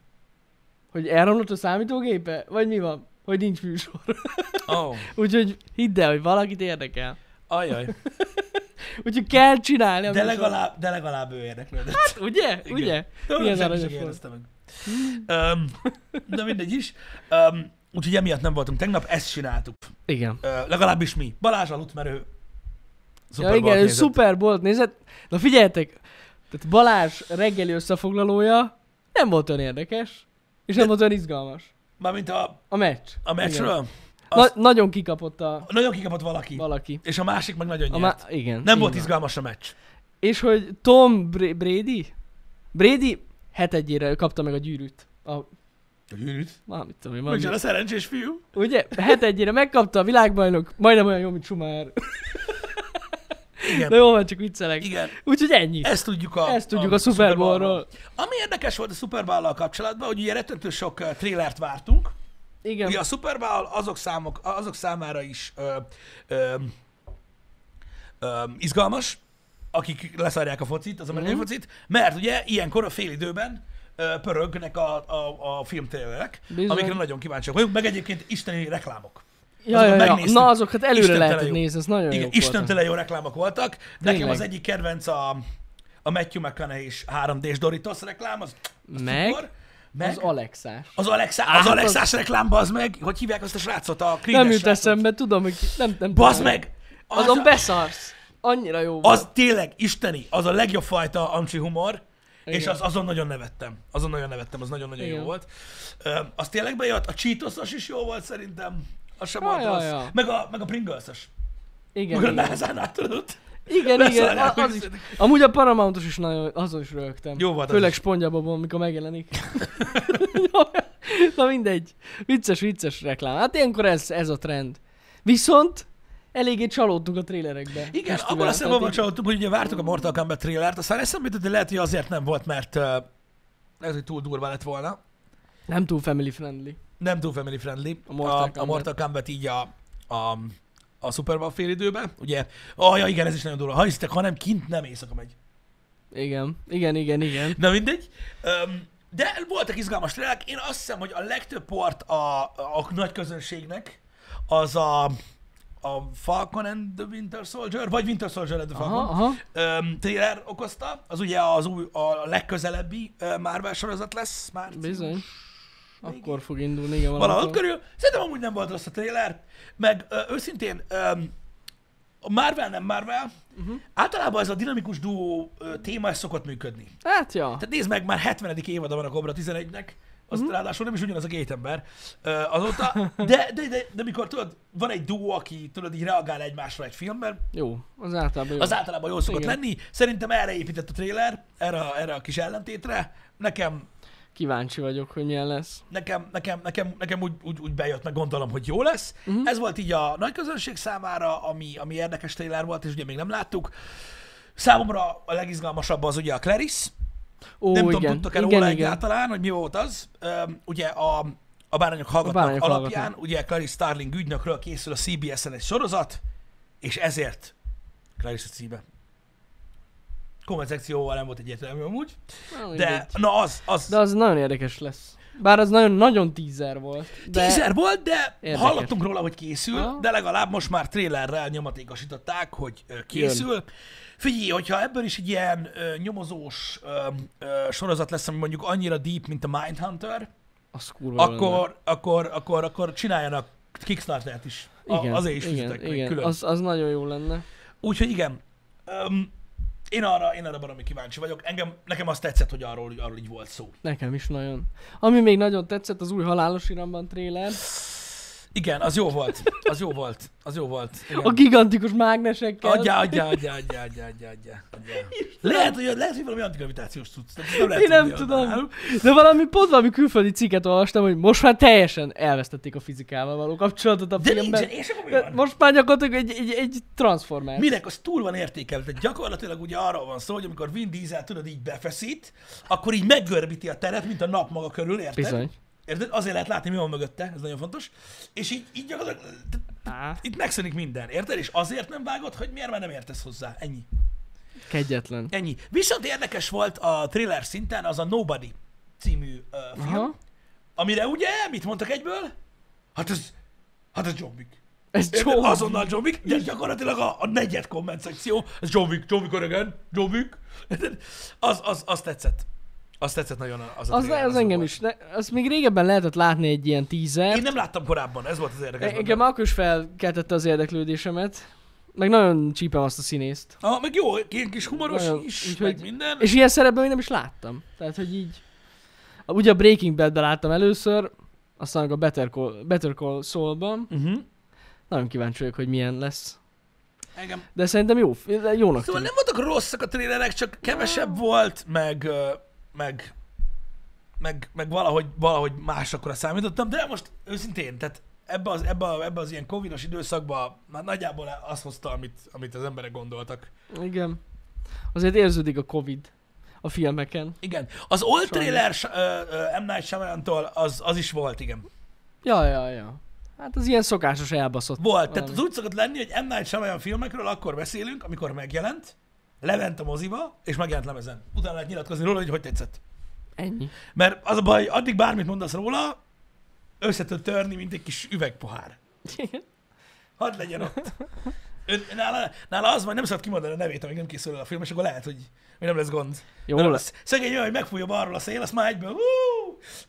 Hogy elromlott a számítógépe? Vagy mi van? Hogy nincs műsor.
Oh.
Úgyhogy hidd el, hogy valakit érdekel.
Ajaj.
Úgyhogy kell csinálni a
De
műsort.
legalább, de legalább ő érdeklődött.
Hát, ugye?
Igen.
Ugye?
De
Milyen
Milyen
aranyos
aranyos
volt.
meg. Öm, de mindegy is. Öm, úgyhogy emiatt nem voltunk tegnap, ezt csináltuk.
Igen.
Ö, legalábbis mi. Balázs aludt, mert ő
Super ja,
Bowl-t
igen, ő
nézett.
szuper volt, nézett. Na figyeljetek, tehát Balázs reggeli összefoglalója nem volt olyan érdekes, és nem volt olyan izgalmas.
Mármint a,
A meccs.
a
Igen.
meccsről.
Na,
azt-
nagyon kikapott a
Nagyon kikapott valaki,
valaki.
és a másik meg nagyon
A
nyert.
má... Igen.
Nem
így
volt
van.
izgalmas a meccs.
És hogy Tom Br- Brady? Brady hetedjére kapta meg a gyűrűt. A,
A gyűrűt.
valamit tudom én, valami.
Micsoda szerencsés fiú.
Ugye? Hetedjére megkapta a világbajnok, majdnem olyan jó, mint Schumacher.
Igen.
De jó, van, csak viccelek.
Igen,
Úgyhogy ennyi.
ezt tudjuk a...
Ezt tudjuk a Super
Bowl-ról.
Bowlról.
Ami érdekes volt a Super Bowl-lal kapcsolatban, hogy ugye rettentő sok uh, trélert vártunk.
Igen.
Ugye a Super Bowl azok, számok, azok számára is ö, ö, ö, izgalmas, akik leszarják a focit, az
Mhm.
amerikai mm. focit, mert ugye ilyenkor a fél időben ö, pörögnek a, a, a filmtrélerek,
Bizony.
amikre nagyon kíváncsiak vagyunk, meg egyébként isteni reklámok.
Ja, ja,
azokat
ja.
megnéztük.
Na azokat előre
Istentelen
lehetett
jó.
nézni, ez nagyon jó
Igen, istentele jó reklámok voltak. Nekem
Tényleg.
az egyik kedvenc a, a Matthew McConaughey és 3D-s Doritos reklám, az
Meg?
Akkor, Meg
Az Alexás.
az, Alexa,
Hát
az
az-
Alexás reklám, bazd meg, hogy hívják azt a srácot, a krídes
Nem jut
srácot?
eszembe, tudom, hogy ki- nem, nem
Bazd
tudom.
meg! Az,
Azon
az,
beszarsz. Annyira jó volt.
az tényleg isteni, az a legjobb fajta amcsi humor, Igen. és
Igen.
az, azon nagyon nevettem. Azon nagyon nevettem, az nagyon-nagyon jó
Igen.
volt. Ö, az tényleg bejött, a Cheetosos is jó volt szerintem, az sem
Ja,
volt
ja,
rossz.
ja.
Meg a, meg a Pringles-os.
Igen,
Meg a
igen.
nasa -nál, tudod?
Igen,
Beszarjál,
igen, a-
hogy
az is.
szedek.
Amúgy a Paramountos is nagyon, azon is rögtem.
Jó volt az
Főleg
is.
Spongyabobon, mikor megjelenik. Na mindegy. Vicces, vicces reklám. Hát ilyenkor ez, ez a trend. Viszont eléggé csalódtunk a trélerekbe.
Igen,
Pistivel.
abban a
Tehát
szempontból
így-
csalódtunk, hogy ugye vártuk a Mortal Kombat trailert, aztán eszembe jutott, hogy lehet, hogy azért nem volt, mert uh, lehet, hogy túl durva lett volna.
Nem túl family friendly.
Nem túl family friendly.
A Mortal
a, a
Kombat.
Mortal Kombat így a, a, a Super Bowl fél időben. Ugye, oh, ja, igen, ez is nagyon durva. Ha hiszitek, ha nem, kint nem éjszaka megy.
Igen, igen, igen, igen.
Na mindegy. Um, de voltak izgalmas trailerek. Én azt hiszem, hogy a legtöbb port a, a nagy közönségnek az a, a Falcon and the Winter Soldier, vagy Winter Soldier and the
Aha,
Falcon.
aha.
um, trailer okozta, az ugye az új, a legközelebbi uh, Marvel sorozat lesz már.
Bizony. Akkor fog indulni, igen,
Valahol
valamikor.
körül. Szerintem amúgy nem volt rossz a trailer, meg uh, őszintén um, a Marvel nem Marvel,
Mhm.
uh-huh. általában ez a dinamikus duó uh, téma ez szokott működni.
Hát ja.
Tehát nézd meg, már 70. évada van a Cobra 11-nek, az
Mhm.
mm-hmm. ráadásul nem is ugyanaz a két ember ö, azóta, de, de, de, de mikor tudod, van egy duó, aki tudod, így reagál egymásra egy filmben,
Jó, az általában jó.
az általában jól szokott
Igen.
lenni. Szerintem erre épített a trailer, erre, a- erre a kis ellentétre. Nekem,
Kíváncsi vagyok, hogy milyen lesz.
nekem, nekem, nekem, nekem úgy, úgy, úgy bejött, meg gondolom, hogy jó lesz.
Mhm.
Uh-huh. Ez volt így a nagy közönség számára, ami, ami érdekes trailer volt, és ugye még nem láttuk. Számomra a legizgalmasabb az ugye a Clarice.
Ó,
Nem
igen.
tudom, tudtok-e
igen,
róla
igen.
egyáltalán, hogy mi volt az. Öm, ugye a, a bárányok hallgatnak
A Bárányok
alapján,
Hallgatnak.
ugye Clarice Starling ügynökről készül a CBS-en egy sorozat, és ezért Clarice a címe. Komment szekcióval nem volt egyértelmű amúgy,
Na, mindegy.
de na az, az.
De az nagyon érdekes lesz. Bár az nagyon, nagyon tízer volt. De...
Teaser volt, de
Érdekes.
hallottunk róla, hogy készül,
Aha.
de legalább most már trélerrel nyomatékosították, hogy ö, készül. Figyelj, hogyha ebből is egy ilyen ö, nyomozós ö, ö, sorozat lesz, ami mondjuk annyira deep, mint a Mindhunter,
Az kurva jó lenne.
akkor, akkor, akkor, akkor csináljanak Kickstartert is. A, igen, azért is fizetek
igen,
meg igen,
igen.
külön.
Az, az nagyon jó lenne.
Úgyhogy igen. Um, én arra, én arra baromi kíváncsi vagyok. Engem, nekem azt tetszett, hogy arról, arról így volt szó.
Nekem is nagyon. Ami még nagyon tetszett, az új halálos iramban tréler.
Igen, az jó volt. Az jó volt. Az jó volt. Igen.
A gigantikus mágnesekkel.
Adjá, adjá, adjá, adjá, adjá, adjá, adjá. adjá. Lehet, hogy, lehet, hogy valami antigravitációs tudsz. Nem lehet,
Én nem
tudni,
tudom.
Adam.
De valami, pont valami külföldi cikket olvastam, hogy most már teljesen elvesztették a fizikával való kapcsolatot a
De
filmben.
nincsen, és akkor mi
De
van?
most már gyakorlatilag egy, egy, egy transformer.
Minek az túl van értékelve? Tehát gyakorlatilag ugye arról van szó, hogy amikor Vin Diesel tudod így befeszít, akkor így meggörbíti a teret, mint a nap maga körül, érted?
Bizony.
Érted? Azért lehet látni, mi van mögötte, ez nagyon fontos. És így, így gyakorlatilag
Á,
itt megszűnik minden, érted? És azért nem vágod, hogy miért már nem értesz hozzá. Ennyi.
kegyetlen.
Ennyi. Viszont érdekes volt a thriller szinten az a Nobody című uh, film,
Aha.
amire ugye, mit mondtak egyből? Hát az, hát az John Wick.
Ez
Érted?
csó.
Azonnal John Wick, de gyakorlatilag a, a negyed komment szekció, ez John Wick, John Wick öregen, John Wick. Érted? Az, az, az tetszett. Az tetszett nagyon az a
Az,
trailer,
az
jó
engem
volt.
is. Ne, azt még régebben lehetett látni egy ilyen tízert.
Én nem láttam korábban, ez volt az érdekes. benne.
Engem akkor is felkeltette az érdeklődésemet. Meg nagyon csípem azt a színészt.
Ah, meg jó, ilyen kis humoros
Nagyon,
is,
úgyhogy-
meg minden.
És ilyen szerepben még nem is láttam. Tehát, hogy így... A- Ugye a Breaking Bad-ben láttam először, aztán meg a Better Call, Better Call Saul-ban.
Uh-huh.
Nagyon kíváncsi vagyok, hogy milyen lesz.
Engem
De szerintem jó, de jónak
Szóval
tűnik.
nem voltak rosszak a trélerek, csak kevesebb volt, meg, ö, meg, meg, meg valahogy, valahogy másokra számítottam, de most őszintén, tehát ebbe az, ebbe, a- ebbe az ilyen covidos időszakban már nagyjából azt hozta, amit, amit az emberek gondoltak.
Igen. Azért érződik a Covid a filmeken.
Igen. Az old
Sajnos.
trailer s- ö, ö, M. Night Shyamalan-tól az, az is volt, igen.
Ja, ja, ja. Hát az ilyen szokásos elbaszott.
Volt. Tehát
valami.
az úgy szokott lenni, hogy M. Night Shyamalan filmekről akkor beszélünk, amikor megjelent, lement a moziba, és megjelent lemezen. Utána lehet nyilatkozni róla, hogy hogy tetszett.
Ennyi.
Mert az a baj, addig bármit mondasz róla, össze tud törni, mint egy kis üvegpohár. Hadd legyen ott. Ön, nála, nála az majd nem szabad kimondani a nevét, amíg nem készül el a film, és akkor lehet, hogy mi nem lesz gond.
Jó
Mert
lesz.
az- Szegény olyan, hogy megfújja balról a szél, azt már egyből, hú,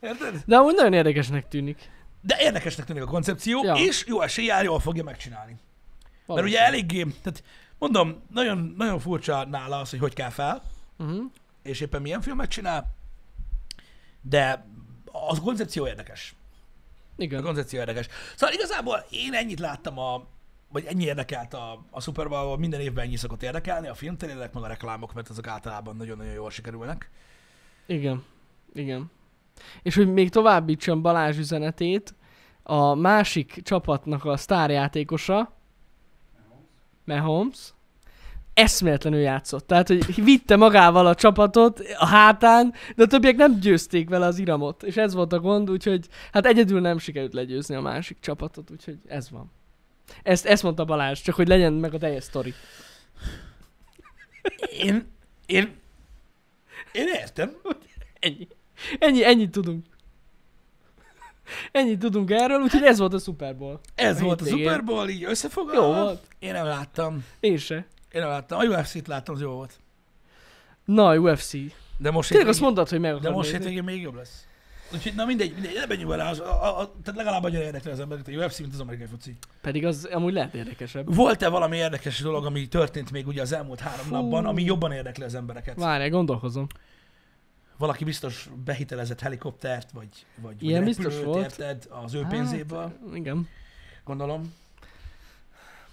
Érted?
De amúgy nagyon érdekesnek tűnik.
De érdekesnek tűnik a koncepció,
Ja.
ja. és jó eséllyel jól fogja megcsinálni. Mert
Valószínű.
ugye eléggé, tehát mondom, nagyon, nagyon furcsa nála az, hogy hogy kell fel,
Uh-huh.
és éppen milyen filmet csinál, de az koncepció érdekes. A
Igen.
koncepció érdekes. Szóval igazából én ennyit láttam a vagy ennyi érdekelt a, a Super Bowl, minden évben ennyi szokott érdekelni, a filmterélek, meg a reklámok, mert azok általában nagyon-nagyon jól sikerülnek.
Igen. Igen. És hogy még továbbítsam Balázs üzenetét, a másik csapatnak a sztárjátékosa, Mahomes, eszméletlenül játszott. Tehát, hogy vitte magával a csapatot a hátán, de a többiek nem győzték vele az iramot. És ez volt a gond, úgyhogy hát egyedül nem sikerült legyőzni a másik csapatot, úgyhogy ez van. Ezt, ezt mondta Balázs, csak hogy legyen meg a teljes sztori.
Én, én, én értem.
Ennyi. Ennyi, ennyit tudunk. Ennyit tudunk erről, úgyhogy ez volt a Super Bowl.
Ez
A
volt a
hétvégén.
Super Bowl, így összefoglalva.
Jó volt.
Én nem láttam.
Én se.
Én nem láttam. A UFC-t láttam, az jó volt.
Na, UFC.
De most
Tényleg azt
hétvégén-
mondtad, hogy meg akarod
De most
nézni.
hétvégén még jobb lesz. Úgyhogy na mindegy, mindegy, ne menjünk bele, az, a, a, a, tehát legalább annyira érdekli az embereket a UFC, mint az amerikai foci.
Pedig az amúgy lehet érdekesebb.
Volt-e valami érdekes dolog, ami történt még ugye az elmúlt három
Fú.
napban, ami jobban érdekli az embereket?
Várjál, gondolkozom.
Valaki biztos behitelezett helikoptert, vagy, vagy,
Ilyen
vagy
biztos
repülőt,
volt.
érted az ő pénzéből,
Hát, igen.
gondolom.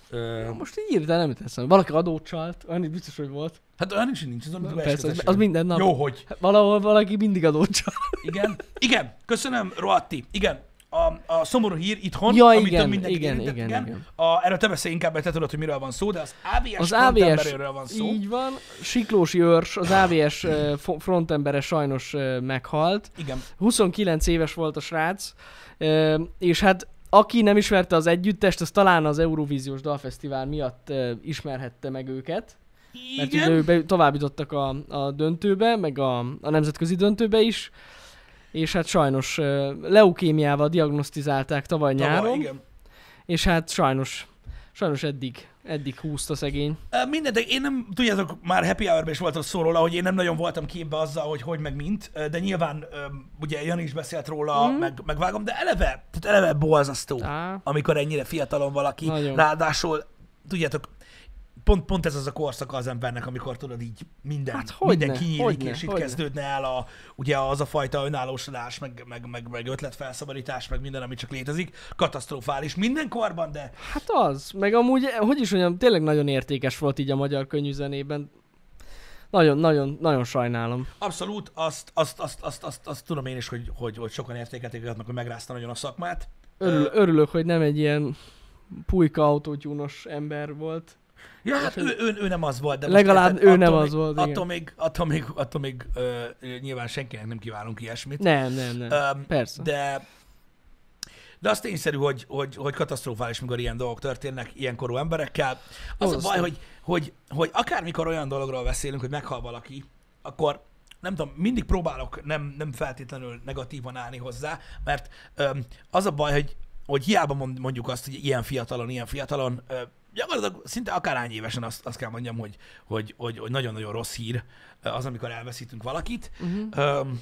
Ö,
Most így írtál, nem jut eszembe. Valaki adót csalt, annyi biztos, hogy volt.
hát olyan nincs, nincs, az, amit
Na,
a
Persze, az,
esketes
az
vagy.
minden nap.
Jó, hogy.
Hát Valahol valaki mindig adót csalt.
Igen, igen, köszönöm, Roatti. Igen, a, a szomorú hír itthon,
Ja,
amit
igen,
mindenki
igen,
érintett,
igen,
igen.
igen.
A, erről te beszélj inkább, mert te tudod, hogy miről van szó, de az AVS az
Az AVS,
frontemberről van szó.
így van, Siklósi Őrs, az AVS eh, fo- frontembere sajnos eh, meghalt.
Igen,
29 éves volt a srác, ö, és hát aki nem ismerte az együttest, az talán az Eurovíziós Dalfesztivál miatt ö, ismerhette meg őket, mert
igen,
ugye ők be, tovább jutottak a, a döntőbe, meg a, a nemzetközi döntőbe is, és hát sajnos ö, leukémiával diagnosztizálták tavaly,
tavaly,
nyáron,
igen.
és hát sajnos, sajnos eddig, eddig húzta szegény.
Ö, Mindegy, de én nem, tudjátok, már happy hour is volt szó róla, hogy én nem nagyon voltam képbe azzal, hogy hogy meg mint, ö, de nyilván ö, ugye Jani is beszélt róla, mm. meg, megvágom, de eleve, tehát eleve borzasztó.
Mhm. Á,
amikor ennyire fiatalon valaki,
Nagyon.
Nagyon. ráadásul, tudjátok, pont, pont ez az a korszaka az embernek, amikor tudod így minden,
Hát
hát,
hogyne,
minden kinyílik,
hogyne,
és itt
hogyne.
kezdődne el a, ugye az a fajta önállósodás, meg, meg, meg, meg ötletfelszabadítás, meg minden, ami csak létezik. Katasztrofális minden korban, de
Hát az, meg amúgy, hogy is mondjam, tényleg nagyon értékes volt így a magyar könnyűzenében. Nagyon, nagyon, nagyon sajnálom.
abszolút azt, azt, azt, azt, azt, azt tudom én is, hogy, hogy, hogy sokan értékelték annak, hogy megrázta nagyon a szakmát.
Örül,
Ö,
örülök, hogy nem egy ilyen pulyka autótyúnos ember volt.
Ja, hát ő, ő, ő, nem az volt, de most
Legalább
érted,
ő
attól
nem
még-
az volt, igen.
Attól még, attól még, attól még ö, nyilván senkinek nem kívánunk ilyesmit.
Nem, nem, nem.
Öm,
Persze. De...
De, de az tényszerű, hogy, hogy, hogy katasztrofális, mikor ilyen dolgok történnek ilyen korú emberekkel. Az a
Borzasztó.
baj, hogy, hogy, hogy akármikor olyan dologról beszélünk, hogy meghal valaki, akkor nem tudom, mindig próbálok nem, nem feltétlenül negatívan állni hozzá, mert öm, az a baj, hogy, hogy hiába mond- mondjuk azt, hogy ilyen fiatalon, ilyen fiatalon, ö, gyakorlatilag szinte akárhány évesen azt, azt kell mondjam, hogy, hogy, hogy, hogy nagyon-nagyon rossz hír ö, az, amikor elveszítünk valakit. Uh-huh. Öm,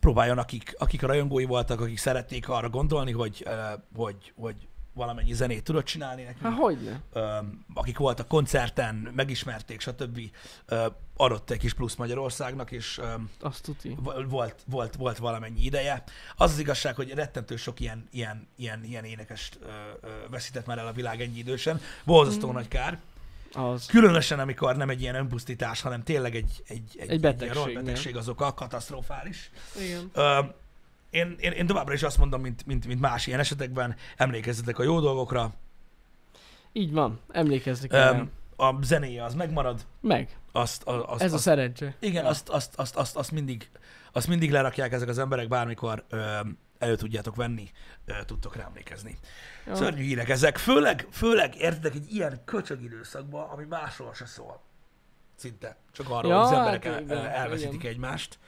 próbáljon, akik, akik rajongói voltak, akik szerették arra gondolni, hogy, ö, hogy, hogy valamennyi zenét tudod csinálni
Hát
nekünk,
hogyne.
Ö, akik voltak koncerten, megismerték, stb. Ö, adott egy kis plusz Magyarországnak, és ö,
Azt tuti.
vo- volt, volt, volt valamennyi ideje. Az az igazság, hogy rettentő sok ilyen, ilyen, ilyen, ilyen énekest ö, ö, veszített már el a világ ennyi idősen. Borzasztó nagy kár.
Az.
Különösen, amikor nem egy ilyen önpusztítás, hanem tényleg egy, egy, egy,
betegség,
egy
nem?
ilyen betegség az oka, katasztrofális.
Igen.
Ö, én, én, én továbbra is azt mondom, mint, mint, mint más ilyen esetekben, emlékezzetek a jó dolgokra,
Így van, emlékezni kell.
ö,
Um,
a zenéje az megmarad,
meg,
azt, a- azt,
ez a
azt,
szerencse.
igen,
Ja.
azt, azt, azt, azt, azt, mindig, azt mindig lerakják ezek az emberek, bármikor ö, elő tudjátok venni, ö, tudtok rá emlékezni.
Ja.
Szörnyű hírek ezek, főleg, főleg értedek egy ilyen köcsög időszakban, ami másról se szól. Szinte. Csak arról,
Ja,
hogy az
hát
emberek el,
igen,
elveszítik
igen.
egymást.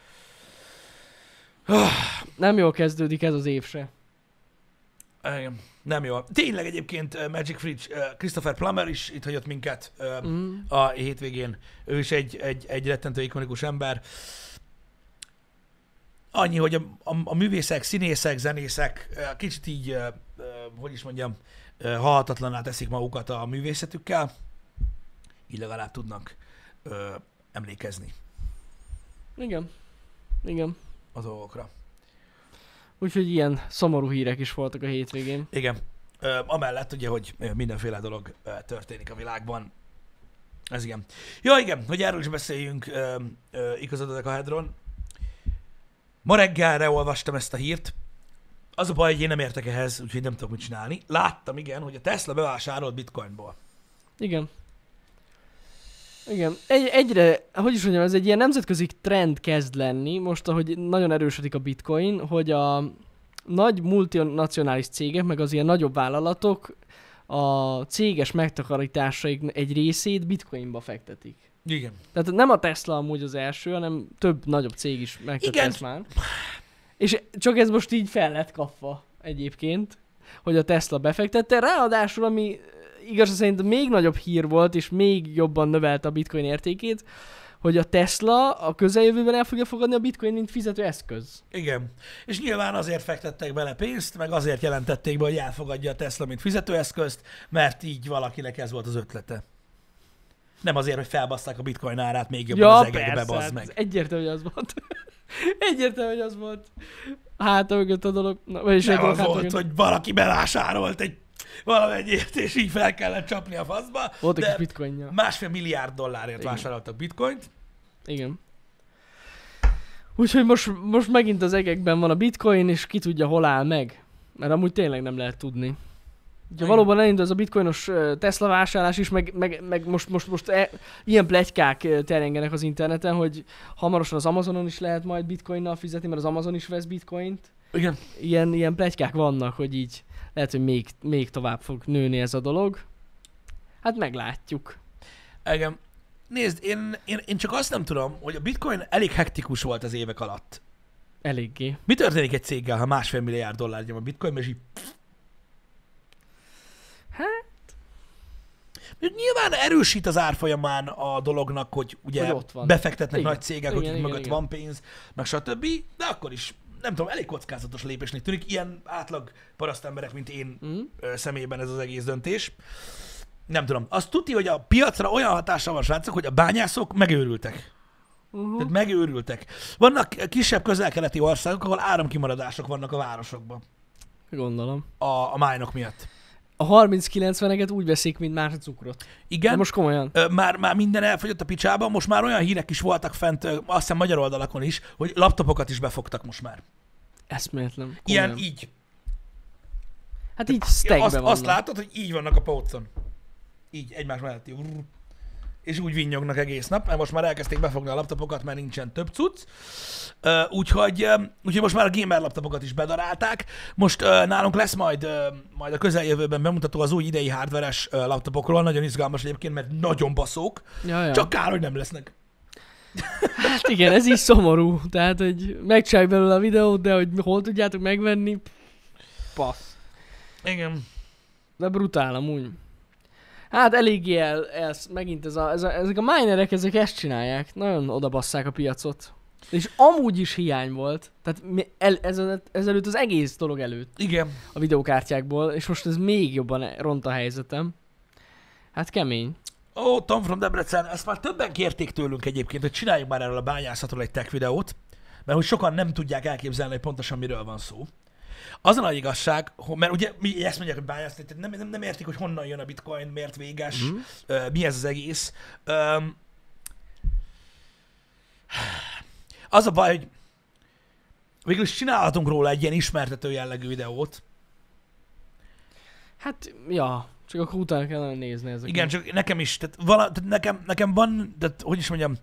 Nem jól kezdődik ez az év se.
Igen. Nem jó. Tényleg egyébként ö, Magic Fridge, ö, Christopher Plummer is itt hagyott minket ö,
Mm.
a hétvégén. Ő is egy, egy, egy rettentő ikonikus ember. Annyi, hogy a, a, a művészek, színészek, zenészek eh, kicsit így, eh, eh, hogy is mondjam, eh, halhatatlaná teszik magukat a művészetükkel, így legalább tudnak eh, emlékezni
Igen. Igen.
a dolgokra.
Úgyhogy ilyen szomorú hírek is voltak a hétvégén.
Igen. Ö, amellett ugye, hogy ö, mindenféle dolog ö, történik a világban. Ez igen. Ja, igen, hogy erről is beszéljünk, ö, ö, igazadatok a Hedron. Ma reggelre olvastam ezt a hírt. Az a baj, hogy én nem értek ehhez, úgyhogy nem tudok mit csinálni. Láttam, igen, hogy a Tesla bevásárolt bitcoinból.
Igen. Igen. Egy, egyre, hogy is mondjam, ez egy ilyen nemzetközi trend kezd lenni, most ahogy nagyon erősödik a bitcoin, hogy a nagy multinacionális cégek, meg az ilyen nagyobb vállalatok a céges megtakarításaik egy részét bitcoinba fektetik.
Igen.
Tehát nem a Tesla amúgy az első, hanem több nagyobb cég is megtette
Igen.
ezt már. És csak ez most így fel lett kapva egyébként, hogy a Tesla befektette. Ráadásul, ami eh, igaz szerint még nagyobb hír volt, és még jobban növelte a bitcoin értékét, hogy a Tesla a közeljövőben el fogja fogadni a bitcoin, mint fizető eszköz.
Igen. És nyilván azért fektettek bele pénzt, meg azért jelentették be, hogy elfogadja a Tesla, mint fizetőeszközt, mert így valakinek ez volt az ötlete. Nem azért, hogy felbaszták a bitcoin árát még jobban ja, az egekbe, bazd
hát
meg.
ez Egyértelmű, hogy az volt. egyértelmű, hogy az volt. Hát, mögött a dolog. Na, vagyis a
Nem
dolog
az
háta
volt,
mögött.
hogy valaki bevásárolt egy valamennyit, és így fel kellett csapni a faszba.
Volt egy
de
kis bitcoinja.
másfél milliárd dollárért
Igen.
vásároltak bitcoint.
Igen. Úgyhogy most, most megint az egekben van a bitcoin, és ki tudja, hol áll meg. Mert amúgy tényleg nem lehet tudni. Ha
Igen.
valóban elindul ez a bitcoinos ö, Tesla vásárlás is, meg, meg, meg most, most, most e, ilyen plegykák ö, terjengenek az interneten, hogy hamarosan az Amazonon is lehet majd bitcoinnal fizetni, mert az Amazon is vesz bitcoint.
Igen.
Ilyen, ilyen plegykák vannak, hogy így lehet, hogy még, még tovább fog nőni ez a dolog. Hát meglátjuk.
Igen. Nézd, én, én, én csak azt nem tudom, hogy a bitcoin elég hektikus volt az évek alatt.
Eléggé.
Mi történik egy céggel, ha másfél milliárd dollár nyom a bitcoin, és így...
Hát.
Mondjuk Nyilván erősít az árfolyamán a dolognak, hogy ugye
Hogy ott van.
befektetnek
Igen.
nagy cégek, hogy
Igen,
itt
igen,
mögött
igen.
van pénz, meg stb. De akkor is, nem tudom, elég kockázatos lépésnek tűnik. Ilyen átlag paraszt emberek, mint én
Mm?
ö, személyében ez az egész döntés. Nem tudom. Azt tudti, hogy a piacra olyan hatással van, srácok, hogy a bányászok megőrültek.
Uh-huh.
Tehát megőrültek. Vannak kisebb közel-keleti országok, ahol áramkimaradások vannak a városokban
Gondolom.
a, a májnok miatt.
A 30-90-eket úgy veszik, mint már a cukrot. De
Igen.
most komolyan.
Ö, már, már minden elfogyott a picsába, most már olyan hírek is voltak fent, ö, azt hiszem magyar oldalakon is, hogy laptopokat is befogtak most már.
Eszméletlen. Komolyan.
Ilyen így.
hát így
Azt,
stackbe vannak.
azt látod, hogy így vannak a polcon. Így, egymás mellett. így, vrr. És úgy vinnyognak egész nap, mert most már elkezdték befogni a laptopokat, mert nincsen több cucc. Ö, Úgyhogy, ö, úgyhogy most már a gamer laptopokat is bedarálták. Most ö, nálunk lesz majd, ö, majd a közeljövőben bemutató az új idei hardveres ö, laptopokról. Nagyon izgalmas egyébként, mert nagyon baszók.
Ja, ja.
Csak kár, hogy nem lesznek.
Hát igen, ez így szomorú. Tehát, hogy megcsináljuk belőle a videót, de hogy hol tudjátok megvenni, passz.
Igen.
De brutál amúgy. Hát eléggé el, ez, megint ez a, ez a, ezek a minerek, ezek ezt csinálják. Nagyon odabasszák a piacot. És amúgy is hiány volt. Tehát mi- el, ez, ezelőtt az egész dolog előtt.
Igen.
a videókártyákból, és most ez még jobban ront a helyzetem. Hát kemény.
Ó, Tom from Debrecen, ezt már többen kérték tőlünk egyébként, hogy csináljunk már erről a bányászatról egy tech videót, mert hogy sokan nem tudják elképzelni, hogy pontosan miről van szó. Az a nagy igazság, hogy- mert ugye mi ezt mondják, hogy bányászni, tehát nem, nem, nem értik, hogy honnan jön a bitcoin, miért véges, mm. ö, mi ez az egész. Öm, az a baj, hogy végül is csinálhatunk róla egy ilyen ismertető jellegű videót,
Hát, ja, csak akkor utána kell nagyon nézni ezeket.
Igen, csak nekem is, tehát, vala, tehát nekem, nekem van, tehát hogy is mondjam,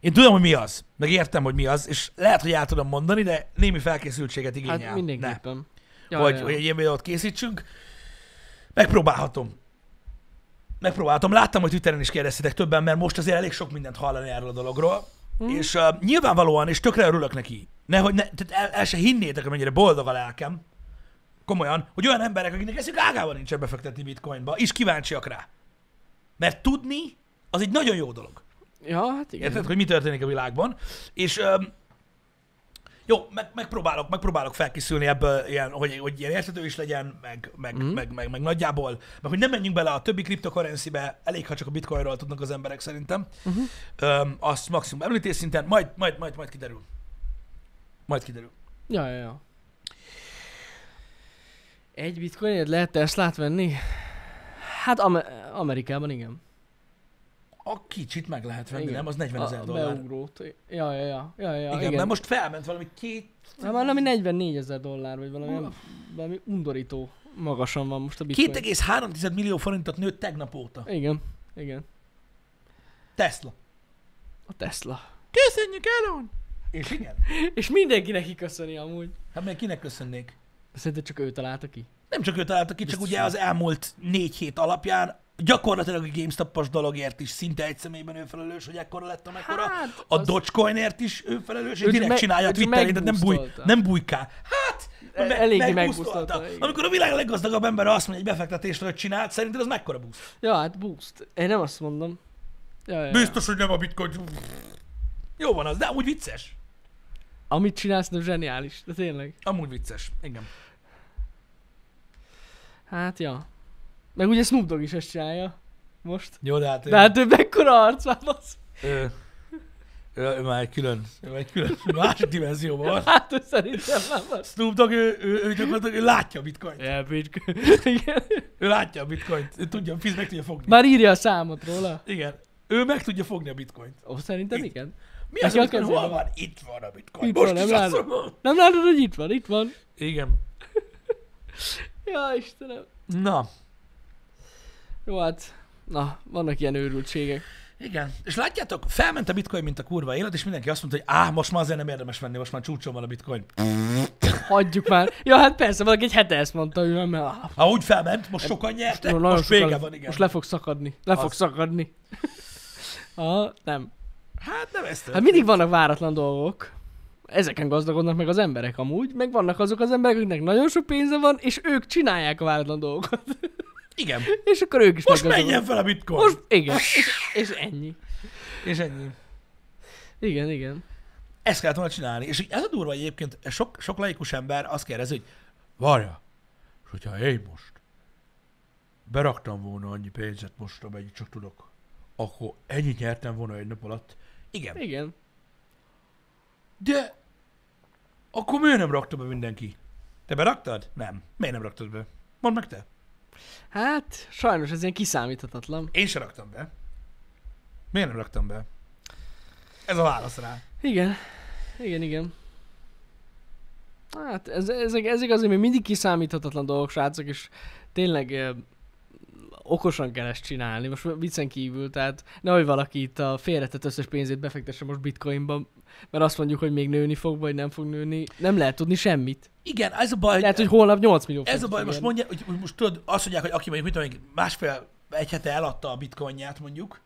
én tudom, hogy mi az, meg értem, hogy mi az, és lehet, hogy el tudom mondani, de némi felkészültséget igényel.
hát
Ne.
mindenképpen. Ja,
hogy,
ja.
hogy egy ilyen videót készítsünk. Megpróbálhatom. Megpróbáltam. Láttam, hogy Twitteren is kérdeztétek többen, mert most azért elég sok mindent hallani erről a dologról. Mm. És uh, nyilvánvalóan, és tökre örülök neki. Nehogy ne, tehát el, el se hinnétek, amennyire boldog a lelkem. Komolyan, hogy olyan emberek, akiknek eszük ágában nincsen befektetni bitcoinba, is kíváncsiak rá. Mert tudni, az egy nagyon jó dolog.
ja, hát igen.
Érted, hogy mi történik a világban. És öm, Jó, meg, megpróbálok, megpróbálok felkészülni ebből, ilyen, hogy, hogy ilyen érthető is legyen, meg, meg,
Mhm.
mm. meg, meg, meg nagyjából, meg hogy nem menjünk bele a többi kriptokarencibe, elég, ha csak a bitcoinról tudnak az emberek szerintem.
Mhm.
Mm-hmm. Öm, azt maximum említés szinten, majd, majd, majd, majd kiderül. Majd kiderül.
Ja, ja, ja. Egy bitcoinért lehet Teslát venni? Hát Amer- Amerikában igen.
A kicsit meg lehet venni,
Igen.
nem? Az 40 ezer
A-
dollár.
Beugrót. Ja, ja, ja. ja, ja
igen, igen, mert most felment valami két...
Hát valami 44 ezer dollár, vagy valami, valami undorító magasan van most a bitcoin.
2,3 millió forintot nőtt tegnap óta.
Igen, igen.
Tesla.
A Tesla.
Köszönjük, Elon! És igen.
És mindenki neki köszöni amúgy.
Hát még kinek köszönnék?
Szerinted csak ő találta ki?
Nem csak ő találta ki, csak
Biztos
ugye
nem.
az elmúlt négy hét alapján gyakorlatilag a GameStop-os dologért is szinte egy személyben ő felelős, hogy ekkora lett amekkora.
Hát,
a
az-
Dogecoinért is ő felelős, és
Őt
direkt
meg-
csinálja a
őt
Twitterén, tehát nem, búj,
megbusztolta.
nem bujkál. Hát,
E-
meg-
eléggé
megbusztolta.
megbusztolta, igen.
Amikor a világ leggazdagabb ember azt mondja, hogy befektetésről csinált, szerinted az mekkora busz?
Ja, hát boost. Én nem azt mondom. Ja, ja, ja.
Biztos, hogy nem a bitcoin. Jó van az, de úgy vicces.
Amit csinálsz, nem zseniális. De tényleg.
Amúgy vicces, igen.
Hát, ja. Meg ugye Snoop Dogg is ezt csinálja. Most.
Jó, de hát,
De hát ő mekkora arcán az.
ő, ő, ő, már egy külön, ő már egy külön másik dimenzióban van.
Hát ő szerintem nem az.
Snoop Dogg, ő, ő, ő gyakorlatilag ő látja a bitcoint.
Yeah, bitcoin. Igen.
Ő látja a bitcoint. Ő tudja, fiz meg tudja fogni.
Már írja a számot róla.
Igen. Ő meg tudja fogni a bitcoint.
Ó, szerintem
Itt.
igen.
Mi az,
Neki
amikor
a kezében
hol
van.
van? Itt van a bitcoin.
Itt
Most
van,
is
nem
azt
látod?
mondom.
Nem látod, hogy itt van, itt van.
Igen.
Ja, Istenem.
Na.
Jó, hát, na, vannak ilyen őrültségek.
Igen. És látjátok, felment a bitcoin, mint a kurva élet, és mindenki azt mondta, hogy áh, most már azért nem érdemes venni, most már csúcson van a bitcoin.
Hagyjuk már. Ja, hát persze, valaki egy hete ezt mondta, hogy nem, mert ah,
Ha úgy felment, most sokan nyertek,
nagyon
most
sokan-
vége van, igen.
Most le fog szakadni. Le
Az.
fog szakadni. ah, nem.
Hát nem ezt.
Hát mindig vannak váratlan dolgok. Ezeken gazdagodnak meg az emberek amúgy, meg vannak azok az emberek, akiknek nagyon sok pénze van, és ők csinálják a váratlan dolgokat.
Igen.
És akkor ők is
Most
meggazdagodnak.
menjen fel a bitcoin.
Most, igen. És, és ennyi.
És ennyi.
Igen, igen.
Ezt kellett volna csinálni. És így ez a durva hogy egyébként, sok, sok laikus ember azt kérdezi, hogy várja, és hogyha én most beraktam volna annyi pénzet most, amennyit csak tudok, akkor ennyit nyertem volna egy nap alatt. Igen.
Igen.
De akkor miért nem rakta be mindenki? Te beraktad? Nem. Miért nem raktad be? Mondd meg te.
Hát, sajnos ez ilyen kiszámíthatatlan.
Én se raktam be. Miért nem raktam be? Ez a válasz rá.
Igen, igen, igen. Hát ez, ezek, ezek azért még mindig kiszámíthatatlan dolgok, srácok, és tényleg eh, okosan kell ezt csinálni, most viccen kívül, tehát nehogy valaki itt a félretett összes pénzét befektesse most bitcoinba, mert azt mondjuk, hogy még nőni fog, vagy nem fog nőni, nem lehet tudni semmit.
Igen, ez a baj.
Lehet, hogy holnap 8 millió
Ez a
forintot
baj,
fog
most
érni.
mondja, hogy hogy most tudod, azt mondják, hogy aki mondjuk, mit tudom, én, másfél, egy hete eladta a bitcoinját mondjuk,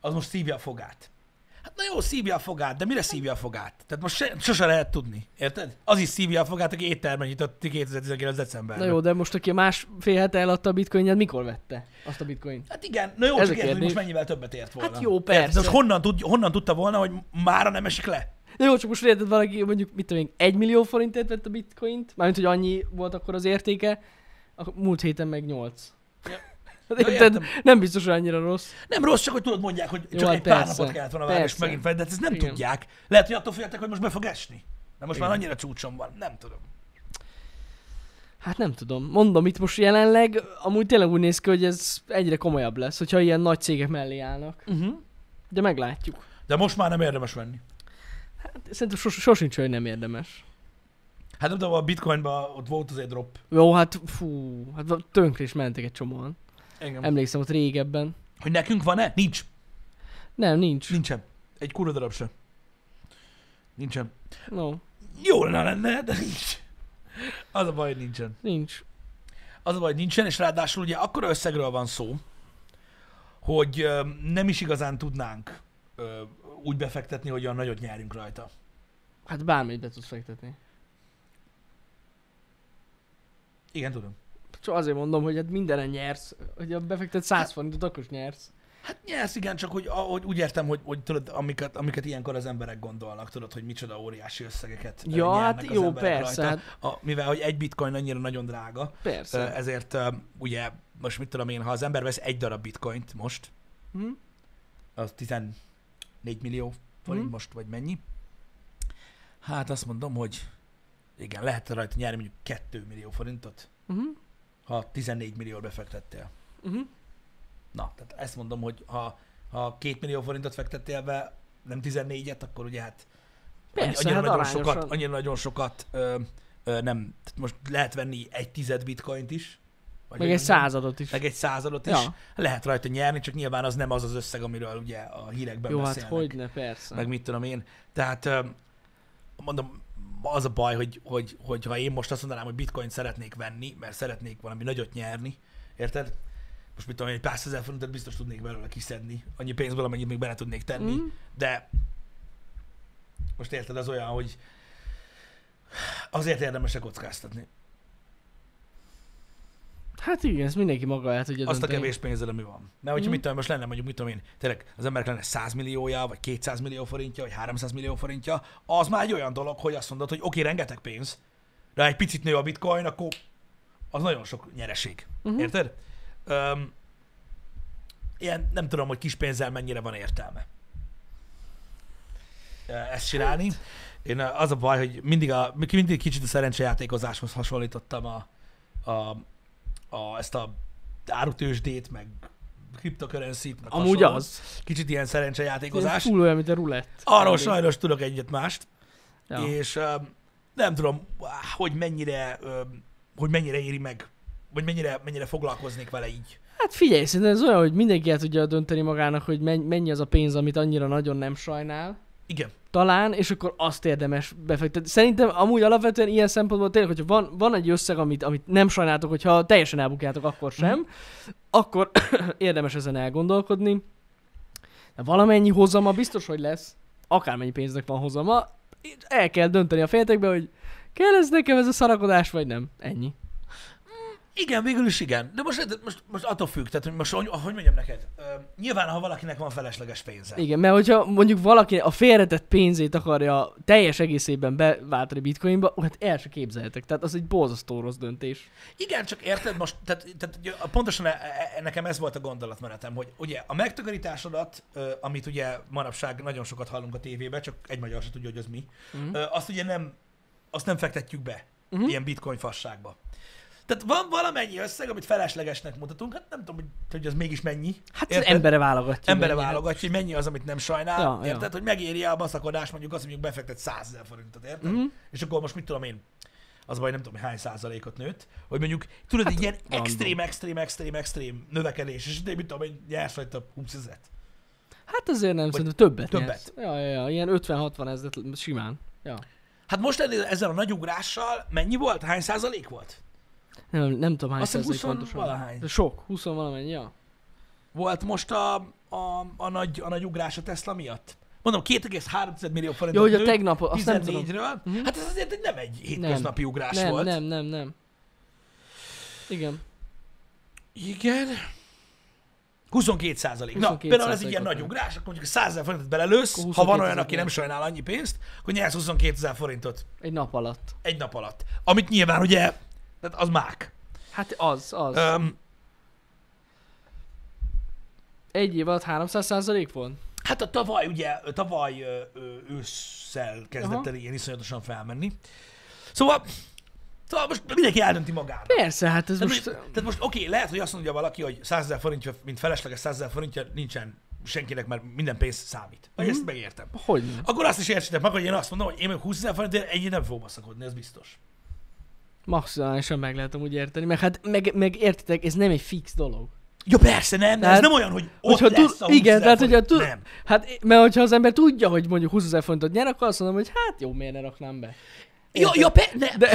az most szívja a fogát. Hát na jó, szívja a fogát, de mire szívja a fogát? Tehát most se, sose lehet tudni, érted? Az is szívja a fogát, aki éttermen nyitott 2019. decemberben.
Na jó, de most aki másfél hete eladta a bitcoinját, mikor vette azt a bitcoint?
Hát igen, na jó,
Ez a
csak érted, hogy
kérdés.
most mennyivel többet ért volna.
Hát jó,
Érted?
persze.
De most honnan, tud, honnan tudta volna, hogy mára nem esik le?
De jó, csak most érted valaki, mondjuk, mit tudom én, 1 millió forintért vett a bitcoint, mármint, hogy annyi volt akkor az értéke, a múlt héten meg 8.
Ja.
Hát
Ja,
érted?
értem.
Nem biztos, hogy annyira rossz.
Nem rossz, csak hogy tudod, mondják, hogy
Jó,
csak
hát
egy pár
persze.
napot kellett volna várni, és
Persze.
megint fel, de ezt nem
Igen.
tudják. Lehet, hogy attól féltek, hogy most be fog esni. De most már
Igen.
annyira csúcson van, nem tudom.
Hát nem tudom. Mondom, itt most jelenleg amúgy tényleg úgy néz ki, hogy ez egyre komolyabb lesz, hogyha ilyen nagy cégek mellé állnak.
Uh-huh.
De meglátjuk.
De most már nem érdemes venni.
Hát szerintem sos- sosincs, hogy nem érdemes.
Hát nem tudom, a bitcoinban ott volt azért drop.
Jó, hát fú, hát va- tönkre is mentek egy csomóan.
Engem.
Emlékszem, ott régebben.
Hogy nekünk van-e? Nincs.
Nem, nincs.
Nincsen. Egy kurva darab sem. Nincsen.
No,
Jó lenne, lenne, de nincs. Az a baj, hogy nincsen.
nincs.
Az a baj, hogy nincsen, és ráadásul ugye akkora összegről van szó, hogy ö, nem is igazán tudnánk ö, úgy befektetni, hogy olyan nagyot nyerünk rajta.
Hát bármit be tudsz fektetni.
Igen, tudom.
Csak azért mondom, hogy hát mindenen nyersz. Hogy a befektet 100 forintot, akkor is nyersz.
Hát nyersz, igen, csak hogy, ahogy úgy értem, hogy, hogy tudod, amiket, amiket ilyenkor az emberek gondolnak, tudod, hogy micsoda óriási összegeket ö,
Ja,
nyernek
hát
az
jó,
emberek
persze, hát
Rajta, a, mivel, hogy egy bitcoin annyira nagyon drága,
Persze.
ö, ezért ö, ugye, most mit tudom én, ha az ember vesz egy darab bitcoint most,
Hm?
az 14 millió forint
Mhm.
most, vagy mennyi, hát azt mondom, hogy igen, lehet rajta nyerni mondjuk 2 millió forintot,
Uh-huh.
ha 14 millió befektettél.
Uh-huh.
Na, tehát ezt mondom, hogy ha, ha 2 millió forintot fektettél be, nem 14-et, akkor ugye hát annyi-
Persze,
annyira,
hát
nagyon
arányosan.
sokat, annyira nagyon sokat ö, ö, nem, tehát most lehet venni egy tized bitcoint is, vagy hogy
Meg egy
mondjam,
századot is.
meg egy századot is,
Ja.
ja. lehet rajta nyerni, csak nyilván az nem az az összeg, amiről ugye a hírekben
Jó, hát
beszélnek
hogyne, persze.
meg mit tudom én. Tehát ö, mondom, az a baj, hogy, hogy, hogy ha én most azt mondanám, hogy bitcoin szeretnék venni, mert szeretnék valami nagyot nyerni, érted? Most mit tudom én, egy pár százezer forintot biztos tudnék belőle kiszedni, annyi pénzből, amennyit még bele tudnék tenni,
Mhm.
mm. de most érted, az olyan, hogy azért érdemes-e kockáztatni.
Hát igen, ez mindenki maga el tudja
Azt a
dönteni.
kevés pénzzel, ami van. Mert hogyha
Mhm.
mit tudom, most lenne mondjuk, mit tudom én, tényleg az emberek lenne 100 milliója, vagy 200 millió forintja, vagy 300 millió forintja, az már egy olyan dolog, hogy azt mondod, hogy oké, okay, rengeteg pénz, de ha egy picit nő a bitcoin, akkor az nagyon sok nyereség.
Mhm.
Uh-huh. Érted? Öm, ilyen nem tudom, hogy kis pénzzel mennyire van értelme ö, eh, ezt csinálni. Én ö, az a baj, hogy mindig, a, mindig kicsit a szerencsejátékozáshoz hasonlítottam a, a, a, ezt a árutősdét, meg kriptokörenszit, meg
Amúgy
hasonló.
az.
Kicsit ilyen
Ez
szerencsejátékozás.
full olyan, mint a rulett.
Arról
Mindig.
sajnos tudok egyet mást,
Ja.
és öm, nem tudom, hogy mennyire, öm, hogy mennyire éri meg, vagy mennyire, mennyire foglalkoznék vele így.
Hát figyelj, szerintem ez olyan, hogy mindenki el tudja dönteni magának, hogy men- mennyi az a pénz, amit annyira nagyon nem sajnál.
Igen.
Talán, és akkor azt érdemes befektetni. Szerintem amúgy alapvetően ilyen szempontból tényleg, hogyha van, van egy összeg, amit, amit nem sajnáltok, hogyha teljesen elbukjátok, akkor sem, akkor érdemes ezen elgondolkodni. De valamennyi hozama biztos, hogy lesz. Akármennyi pénznek van hozama, és el kell dönteni a fejetekbe, hogy kell ez nekem ez a szarakodás, vagy nem. Ennyi.
Igen, végül is igen. De most, most, most attól függ, tehát hogy most, hogy, hogy mondjam neked, ö, nyilván, ha valakinek van felesleges pénze,
Igen, mert hogyha mondjuk valaki a félretett pénzét akarja teljes egészében beváltani bitcoinba, ó, hát el se képzelhetek. Tehát az egy borzasztó rossz döntés.
Igen, csak érted most, tehát, tehát ugye, pontosan e- e- nekem ez volt a gondolatmenetem, hogy ugye a megtakarításodat, ö, amit ugye manapság nagyon sokat hallunk a tévében, csak egy magyar se tudja, hogy az mi,
Mhm.
mm. azt ugye nem, azt nem fektetjük be
Mhm.
mm. ilyen bitcoin fasságba. Tehát van valamennyi összeg, amit feleslegesnek mutatunk, hát nem tudom, hogy, hogy az mégis mennyi.
Hát az
Érted?
embere válogatja.
Embere
mennyi, hát.
válogatja, hogy mennyi az, amit nem sajnál,
Ja,
ja,
ja.
érted? Hogy megéri a baszakodás, mondjuk azt, mondjuk befektet 100 ezer forintot, érted?
Mhm.
Mm-hmm. És akkor most mit tudom én, az a baj, nem tudom, hogy hány százalékot nőtt, hogy mondjuk, tudod, hát, ilyen
random.
extrém, extrém, extrém, extrém növekedés, és de mit tudom én, nyersz rajta 20 ezeret.
Hát azért nem,
Vagy
szerintem többet.
többet.
nyersz. Ja, ja, ja, ilyen 50-60 ezer simán. Ja.
Hát most ennél- ezzel a nagy ugrással mennyi volt? Hány százalék volt?
Nem, nem tudom hány
Azt hiszem,
százalék
20
pontosan.
valahány.
De Sok, 20 valamennyi, ja.
Volt most a, a, a, nagy, a nagy ugrás a Tesla miatt? Mondom, 2,3 millió forint.
Jó, hogy a tegnap, azt nem tudom.
14-ről.
Mhm.
Hát ez azért nem egy hétköznapi nem, ugrás
Nem,
volt.
nem, nem, nem. Igen.
Igen. 22 százalék. Na,
22
például ez egy ilyen
százalékot
nagy ugrás, akkor mondjuk 100 ezer forintot belelősz,
Akkor
ha van
22
olyan, aki nem
ezer.
sajnál annyi pénzt, akkor nyersz 22 ezer forintot
Egy nap alatt.
egy nap alatt. Amit nyilván ugye, tehát az mák.
Hát az, az.
Öm,
Egy év alatt 300 százalék volt?
hát a tavaly ugye, tavaly ö, ö, ősszel kezdett
Aha.
el ilyen iszonyatosan felmenni. Szóval, szóval most mindenki eldönti magának.
Persze, hát ez
Tehát
most...
most, tehát most oké, lehet, hogy azt mondja valaki, hogy 100 ezer forintja, mint felesleges 100 ezer forintja nincsen senkinek, mert minden pénz számít. Vagy
Mhm.
ezt megértem.
Hogy nem?
Akkor azt is értsétek meg, hogy én azt mondom, hogy én még 20 ezer forintért ennyit nem fogok baszakodni, ez biztos.
Maximálisan meg lehet úgy érteni, meg hát meg, meg értitek, ez nem egy fix dolog.
Ja persze, nem, de ez
Tehát,
nem olyan, hogy ott
hát hogyha
lesz a 20
igen,
ezer
tehát hogyha
forint.
tud,
Nem.
hát mert hogyha az ember tudja, hogy mondjuk 20 ezer fontot nyer, akkor azt mondom, hogy hát jó, miért ne raknám be.
Ja,
Érted?
ja, pe, ne.
De-
De...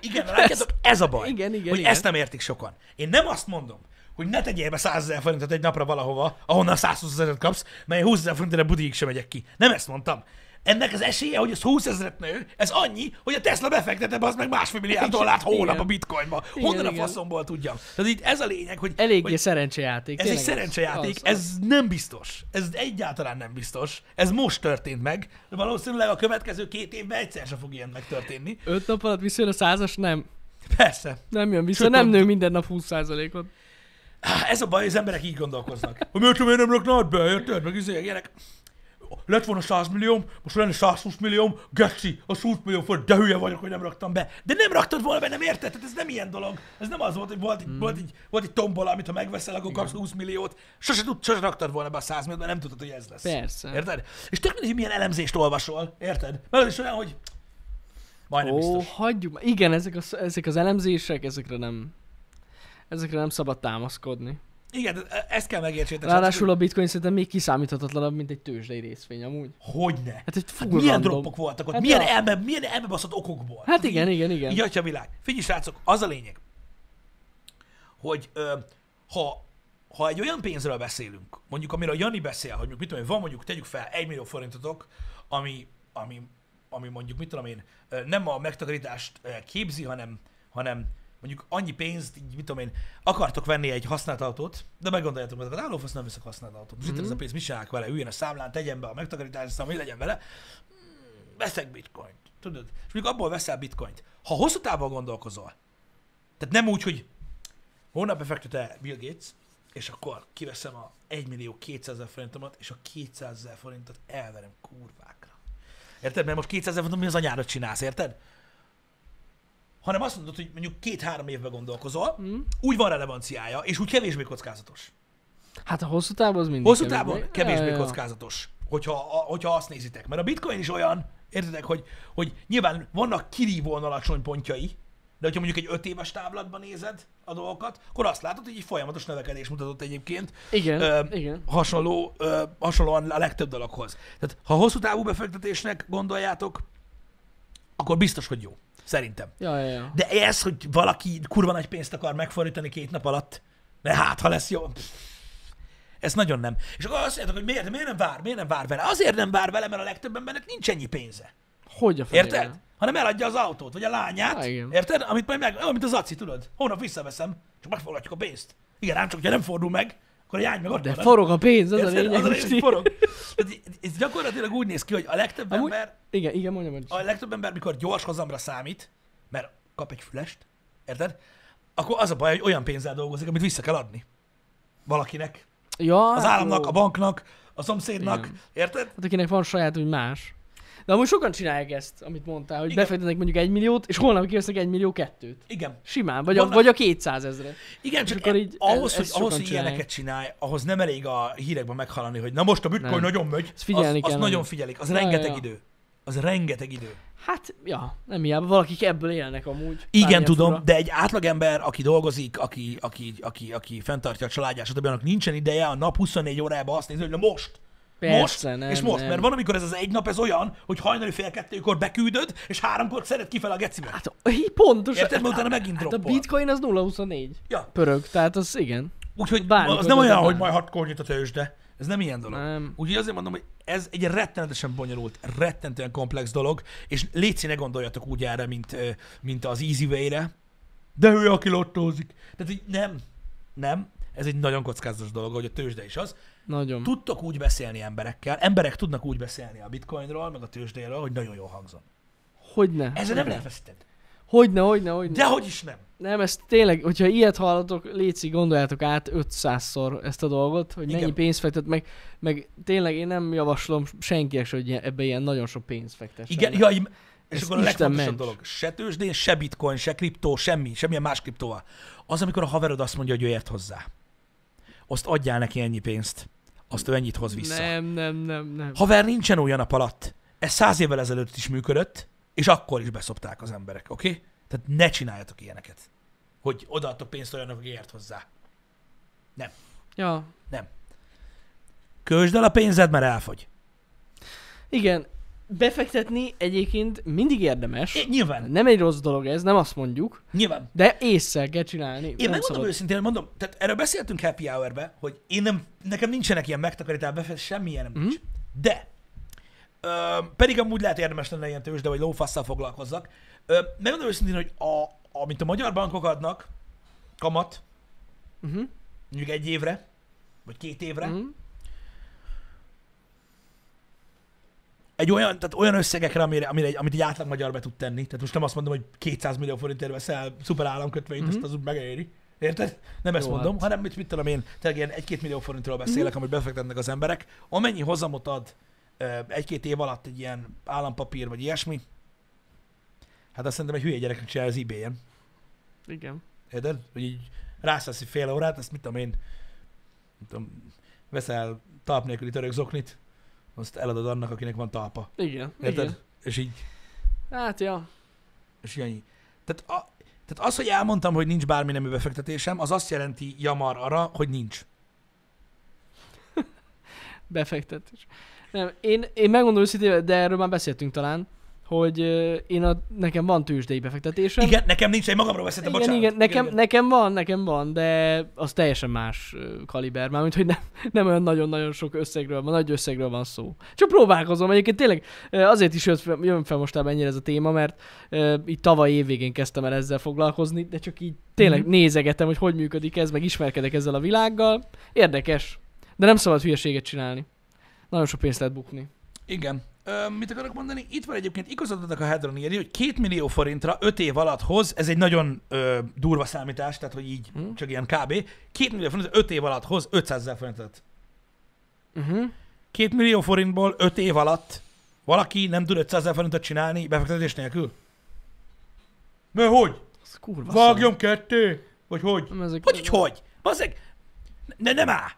Igen, látjátok, ez a baj.
Igen, igen,
hogy
igen.
ezt nem értik sokan. Én nem azt mondom, hogy ne tegyél be 100 ezer forintot egy napra valahova, ahonnan 120 ezeret kapsz, mert én 20 ezer forintra budiig sem megyek ki. Nem ezt mondtam. Ennek az esélye, hogy ez 20 ezeret nő, ez annyi, hogy a Tesla befektet ebbe az meg másfél milliárd
Igen.
dollárt hónap
Igen.
a bitcoinba.
Igen,
Honnan a
igen.
faszomból tudjam? Tehát itt ez a lényeg, hogy,
Eléggé
hogy
szerencsejáték.
ez egy
tényleg az.
szerencsejáték,
Az, az.
ez nem biztos. Ez egyáltalán nem biztos. Ez most történt meg, de valószínűleg a következő két évben egyszer se fog ilyen megtörténni.
Öt nap alatt visszajön a százas? Nem.
Persze.
Nem jön vissza,
Sőt,
nem
nem.
nő minden nap 20%-ot.
Á, Ez a baj, az emberek így gondolkoznak. Hogy miért tudom, én nem raknád be, érted? Meg izé, ilyenek. Lett volna 100 millióm, most lenne 120 millióm, geci, az 20 millió forint, de hülye vagyok, hogy nem raktam be. De nem raktad volna be, nem érted? Tehát ez nem ilyen dolog. Ez nem az volt, hogy volt egy, hmm.
Mm.
volt egy, volt egy tombola, amit ha megveszel, akkor kapsz 20 milliót. Sose, tud, sose raktad volna be a 100 milliót, mert nem tudtad, hogy ez lesz.
Persze.
Érted? És tök mindegy, hogy milyen elemzést olvasol, érted? Mert az is olyan, hogy majdnem oh.
Ó,
biztos.
hagyjuk. már. Igen, ezek, a, ezek az elemzések, ezekre nem, ezekre nem szabad támaszkodni.
Igen, tehát ezt kell megértsétek.
Ráadásul a bitcoin szerintem még kiszámíthatatlanabb, mint egy tőzsdei részvény amúgy.
Hogyne.
Hát egy
Hát
full
milyen
random.
droppok voltak ott,
Hát
milyen,
a-
elme, milyen elmebaszott okokból.
Hát igen, igen, igen.
Így atya világ. Figyelj, srácok, az a lényeg, hogy ö, ha, ha egy olyan pénzről beszélünk, mondjuk amiről Jani beszél, hogy mondjuk, mit tudom én, van mondjuk, tegyük fel, 1 millió forintotok, ami, ami, ami mondjuk, mit tudom én, ö, nem a megtakarítást ö, képzi, hanem, hanem mondjuk annyi pénzt, így, mit tudom én, akartok venni egy használt autót, de meggondoljátok, hogy az állófasz nem veszek használt autót.
Mhm.
Most itt ez a pénz, mit csinálok vele? Üljön a számlán, tegyen be a megtakarítást, szóval mi legyen vele? veszek bitcoint, tudod? És mondjuk abból veszel bitcoint. Ha hosszú távon gondolkozol, tehát nem úgy, hogy holnap befektet-e Bill Gates, és akkor kiveszem a 1 millió 200 ezer forintomat, és a 200 ezer forintot elverem kurvákra. Érted? Mert most 200 ezer forintot mi az anyára csinálsz, érted? Hanem azt mondod, hogy mondjuk két-három évben gondolkozol, mm. úgy van relevanciája, és úgy kevésbé kockázatos.
Hát a hosszú távon az mindig
Hosszú
kevésbé-
távon
Ja,
kevésbé
ja, ja.
kockázatos, hogyha, a- hogyha azt nézitek. Mert a bitcoin is olyan, értitek, hogy, hogy nyilván vannak kirívóan alacsony pontjai, de hogyha mondjuk egy öt éves távlatban nézed a dolgokat, akkor azt látod, hogy egy folyamatos növekedés mutatott egyébként.
Igen,
Ö,
igen.
Hasonló, ö, hasonlóan a legtöbb dologhoz. Tehát ha hosszú távú befektetésnek gondoljátok, akkor biztos, hogy jó. Szerintem.
Ja, ja, ja.
De ez, hogy valaki kurva nagy pénzt akar megfordítani két nap alatt, de hát, ha lesz jó. Pff, Ez nagyon nem. És akkor azt mondjátok, hogy miért, miért nem vár, miért nem vár vele? Azért nem vár vele, mert a legtöbb embernek nincs ennyi pénze.
Hogy a
Érted?
fenébe?
Hanem eladja az autót, vagy a lányát.
Há, Ah, igen.
érted? Amit majd meg, amit az aci, tudod. Holnap visszaveszem, csak megforgatjuk a pénzt. Igen, ám csak, hogyha nem fordul meg, akkor a jány meg ott
De
marad.
forog a pénz, az a
Érted?
lényeg.
Az a
Isti.
lényeg, forog. Tehát Ez gyakorlatilag úgy néz ki, hogy a legtöbb
Amúgy-
ember
Igen, igen, mondjam, hogy
a legtöbb ember, mikor gyors hozamra számít, mert kap egy fülest, érted? Akkor az a baj, hogy olyan pénzzel dolgozik, amit vissza kell adni. Valakinek.
Ja,
Az
hát
államnak,
jó.
a banknak, a szomszédnak,
Igen.
érted?
Hát akinek van saját, úgy más. De amúgy sokan csinálják ezt, amit mondtál, hogy
Igen.
befektetnek mondjuk egy milliót, és holnap kivesznek egy millió kettőt.
Igen.
Simán, vagy a,
Vannak-
vagy a 200 ezre.
Igen, csak
akkor így
így ahhoz,
e-
hogy,
ezt
ahhoz,
sokan
hogy ilyeneket csinálj, ahhoz nem elég a hírekben meghalani, hogy na most a bitcoin
Nem.
nagyon megy.
Ezt figyelni
azt, azt
kell
nagyon
nagyon.
figyelik. Az
Ja,
rengeteg
ja.
idő. Az rengeteg idő.
Hát, ja, nem hiába, valakik ebből élnek amúgy.
Igen,
Bármilyen
tudom,
fura.
de egy átlagember, aki dolgozik, aki, aki, aki, aki fenntartja a családját, stb. annak nincsen ideje a nap 24 órában azt nézni, hogy na most,
Persze,
most,
nem,
és most,
nem.
mert van, amikor ez az egy nap, ez olyan, hogy hajnali fél kettőkor beküldöd, és háromkor szeret kifele a gecibe.
Hát, így pontosan.
Érted, mert utána megint
hát a
droppol.
bitcoin az 0,24
Ja,
pörög, tehát az igen.
úgyhogy
bármikor
az nem olyan,
tudod,
hogy
nem.
majd hatkor nyit a tőzsde. Ez nem ilyen dolog.
Nem.
Úgyhogy azért mondom, hogy ez egy rettenetesen bonyolult, rettentően komplex dolog, és létszi ne gondoljatok úgy erre, mint, ö, mint az easy way-re. De ő, aki lottózik. Tehát így nem, nem, ez egy nagyon kockázatos dolog, hogy a tőzsde is az.
Nagyon.
Tudtok úgy beszélni emberekkel, emberek tudnak úgy beszélni a bitcoinról, meg a tőzsdéről, hogy nagyon jól hangzom.
Hogyne.
Ezzel nem lehet veszíteni.
Hogyne, hogyne, hogyne.
Dehogy is nem.
Nem, ez tényleg, hogyha ilyet hallatok, léci, gondoljátok át 500-szor ezt a dolgot, hogy
Igen.
mennyi pénzt fektet, meg, meg tényleg én nem javaslom senkinek se, hogy ilyen- ebbe ilyen nagyon sok pénzt fektessen.
Igen, jaj, és
Ez
akkor a
Isten
legfontosabb
ments.
dolog, se tőzsdén, se bitcoin, se kriptó, semmi, semmilyen más kriptóval. Az, amikor a haverod azt mondja, hogy ő ért hozzá. Azt adjál neki ennyi pénzt, azt ő ennyit hoz vissza.
Nem, nem, nem, nem.
Haver nincsen olyan nap alatt. Ez száz évvel ezelőtt is működött, és akkor is beszopták az emberek, oké? Okay? Tehát ne csináljatok ilyeneket. Hogy odaadtok pénzt olyannak, aki ért hozzá.
Ja.
Költsd el a pénzed, mert elfogy.
Igen, befektetni egyébként mindig érdemes.
É, nyilván,
nem egy rossz dolog ez, nem azt mondjuk,
nyilván.
de észre kell csinálni.
Én
nem
megmondom
szabad.
őszintén, mondom, tehát erről beszéltünk happy
Mhm.
hour hogy én nem, nekem nincsenek ilyen megtakarítás, befektetés, semmilyen nem nincs. De Ö, pedig amúgy lehet érdemes lenne ilyen tőzsde, vagy lófasszal foglalkozzak. Ö, megmondom őszintén, hogy a, amit a magyar bankok adnak, kamat,
Uh-huh.
mondjuk egy évre, vagy két évre, mm.
Uh-huh.
egy olyan, tehát olyan összegekre, amire, amire egy, amit egy átlag magyar be tud tenni. Tehát most nem azt mondom, hogy 200 millió forintért veszel szuper államkötvényt, mm-hmm. azt az úgy megéri. Érted? Nem ezt
Mhm. Jó,
mondom,
hát. Mhm.
hanem mit, mit tudom én, tényleg ilyen 1-2 millió forintról beszélek, mm-hmm. amit befektetnek az emberek. Amennyi hozamot ad ö, egy-két év alatt egy ilyen állampapír vagy ilyesmi, hát azt szerintem egy hülye gyereknek csinálja az ebay-en.
Igen.
Érted? Hogy így rászállsz egy fél órát, azt mit tudom én, mit tudom, veszel talp nélküli török zoknit, azt eladod annak, akinek van talpa.
Igen.
Érted?
Igen.
És így
Hát, ja.
És ennyi. Tehát, a, tehát az, hogy elmondtam, hogy nincs bármi nemű befektetésem, az azt jelenti jamar arra, hogy nincs.
Befektetés. Nem, én, én megmondom őszintén, de erről már beszéltünk talán, hogy ö, én a, nekem van tőzsdei befektetésem.
Igen, nekem nincs, én magamról beszéltem,
igen,
bocsánat.
igen, nekem, nekem van, nekem van, de az teljesen más ö, kaliber, mármint, hogy nem, nem olyan nagyon-nagyon sok összegről van, nagy összegről van szó. Csak próbálkozom, egyébként tényleg ö, azért is jött fel, jön fel mostában ennyire ez a téma, mert ö, így tavaly évvégén kezdtem el ezzel foglalkozni, de csak így tényleg
Mhm.
mm-hmm. nézegetem, hogy hogy működik ez, meg ismerkedek ezzel a világgal. Érdekes, de nem szabad hülyeséget csinálni. Nagyon sok pénzt lehet bukni.
Igen. Ö, mit akarok mondani? Itt van egyébként igazad adnak a Hedron írni, hogy 2 millió forintra 5 év alatt hoz, ez egy nagyon ö, durva számítás, tehát hogy így
Mhm.
csak ilyen kb. 2 millió forintra 5 év alatt hoz 500 ezer forintot. Mhm.
Uh-huh.
2 millió forintból 5 év alatt valaki nem tud 500 ezer forintot csinálni befektetés nélkül? Mert hogy?
Ez kurva szar.
Vágjon ketté? Vagy hogy?
Nem, ezek-
Hogy, hogy, hogy? Bazzeg, ne, nem áll.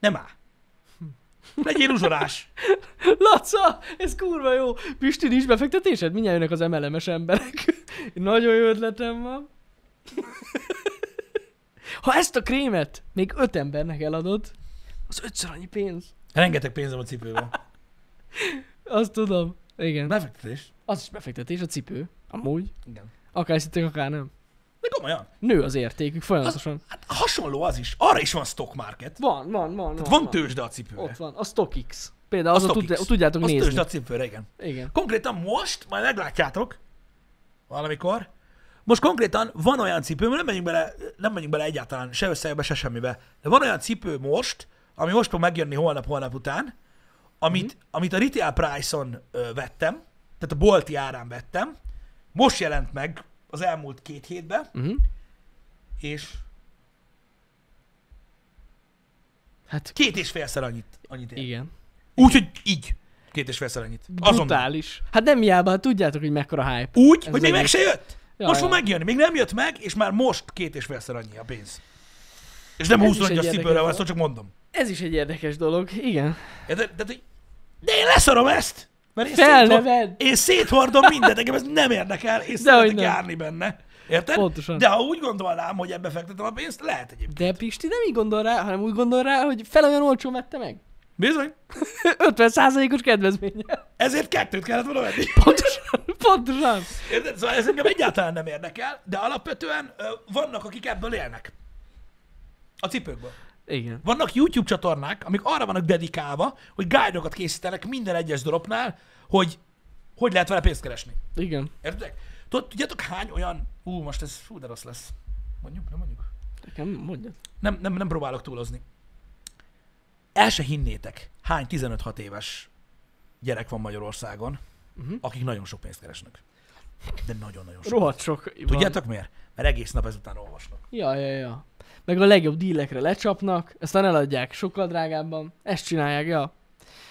Nem áll. Legyél uzsorás.
Laca, ez kurva jó. Pisti, nincs befektetésed? Mindjárt jönnek az MLM-es emberek. Nagyon jó ötletem van. Ha ezt a krémet még öt embernek eladod, az ötször annyi pénz.
Rengeteg pénzem a cipőben.
Azt tudom. Igen.
Befektetés?
Az is befektetés, a cipő. Amúgy.
Igen.
Akár hiszitek, akár nem.
De komolyan.
Nő az értékük folyamatosan.
Hát hasonló az is. Arra is van stock market.
Van, van, van.
Tehát
van,
van tőzsde a cipőre.
Ott van. A StockX. Például
A
azt
StockX.
tud, tudjátok
Az tőzsde
nézni.
a cipőre, igen.
Igen.
Konkrétan most, majd meglátjátok, valamikor, most konkrétan van olyan cipő, mert nem megyünk bele, nem megyünk bele egyáltalán se összegbe, se semmibe, de van olyan cipő most, ami most fog megjönni holnap-holnap után, amit,
Mhm.
mm. amit a retail price-on ö, vettem, tehát a bolti árán vettem, most jelent meg az elmúlt két hétben,
Mhm.
és
Hát
két és félszer annyit, annyit ér.
igen.
Úgyhogy így, két és félszer annyit. Azonnal.
Brutális. Hát nem hiába, hát tudjátok, hogy mekkora hype.
Úgy,
Ez
hogy még meg
az egész.
se jött.
Ja,
most fog
ja.
megjönni, még nem jött meg, és már most két és félszer annyi a pénz. És nem
Ez
20
is egy
annyira
érdekes
szívből van,
dolog.
ezt csak mondom.
Ez is egy érdekes dolog, igen.
De, de, de, de én leszarom ezt! Mert én, széthord,
Felneved!
én széthordom mindent, engem ez nem érdekel, és
hogy
szeretek
nem.
járni benne. Érted?
Pontosan.
De ha úgy gondolnám, hogy ebbe fektetem a pénzt, lehet egyébként.
De Pisti nem így gondol rá, hanem úgy gondol rá, hogy fel olyan olcsón vette meg.
Bizony.
50%-os kedvezménye.
Ezért kettőt kellett volna venni.
Pontosan, pontosan.
Érted? Szóval ez engem egyáltalán nem érdekel, de alapvetően ö, vannak, akik ebből élnek. A cipőkből.
Igen.
Vannak YouTube csatornák, amik arra vannak dedikálva, hogy guide-okat készítenek minden egyes dropnál, hogy hogy lehet vele pénzt keresni.
Igen.
Értedek? Tud, tudjátok hány olyan... Ú, most ez hú, de rossz lesz. Mondjuk, nem mondjuk.
Nekem mondjad.
Nem, nem, nem próbálok túlozni. El se hinnétek, hány 15-6 éves gyerek van Magyarországon, uh-huh. akik nagyon sok pénzt keresnek. De nagyon-nagyon sok.
Rohadt sok. van.
Tudjátok miért? Mert egész nap ezután olvasnak.
Ja, ja, ja. Meg a legjobb dílekre lecsapnak, aztán eladják sokkal drágábban. Ezt csinálják, ja.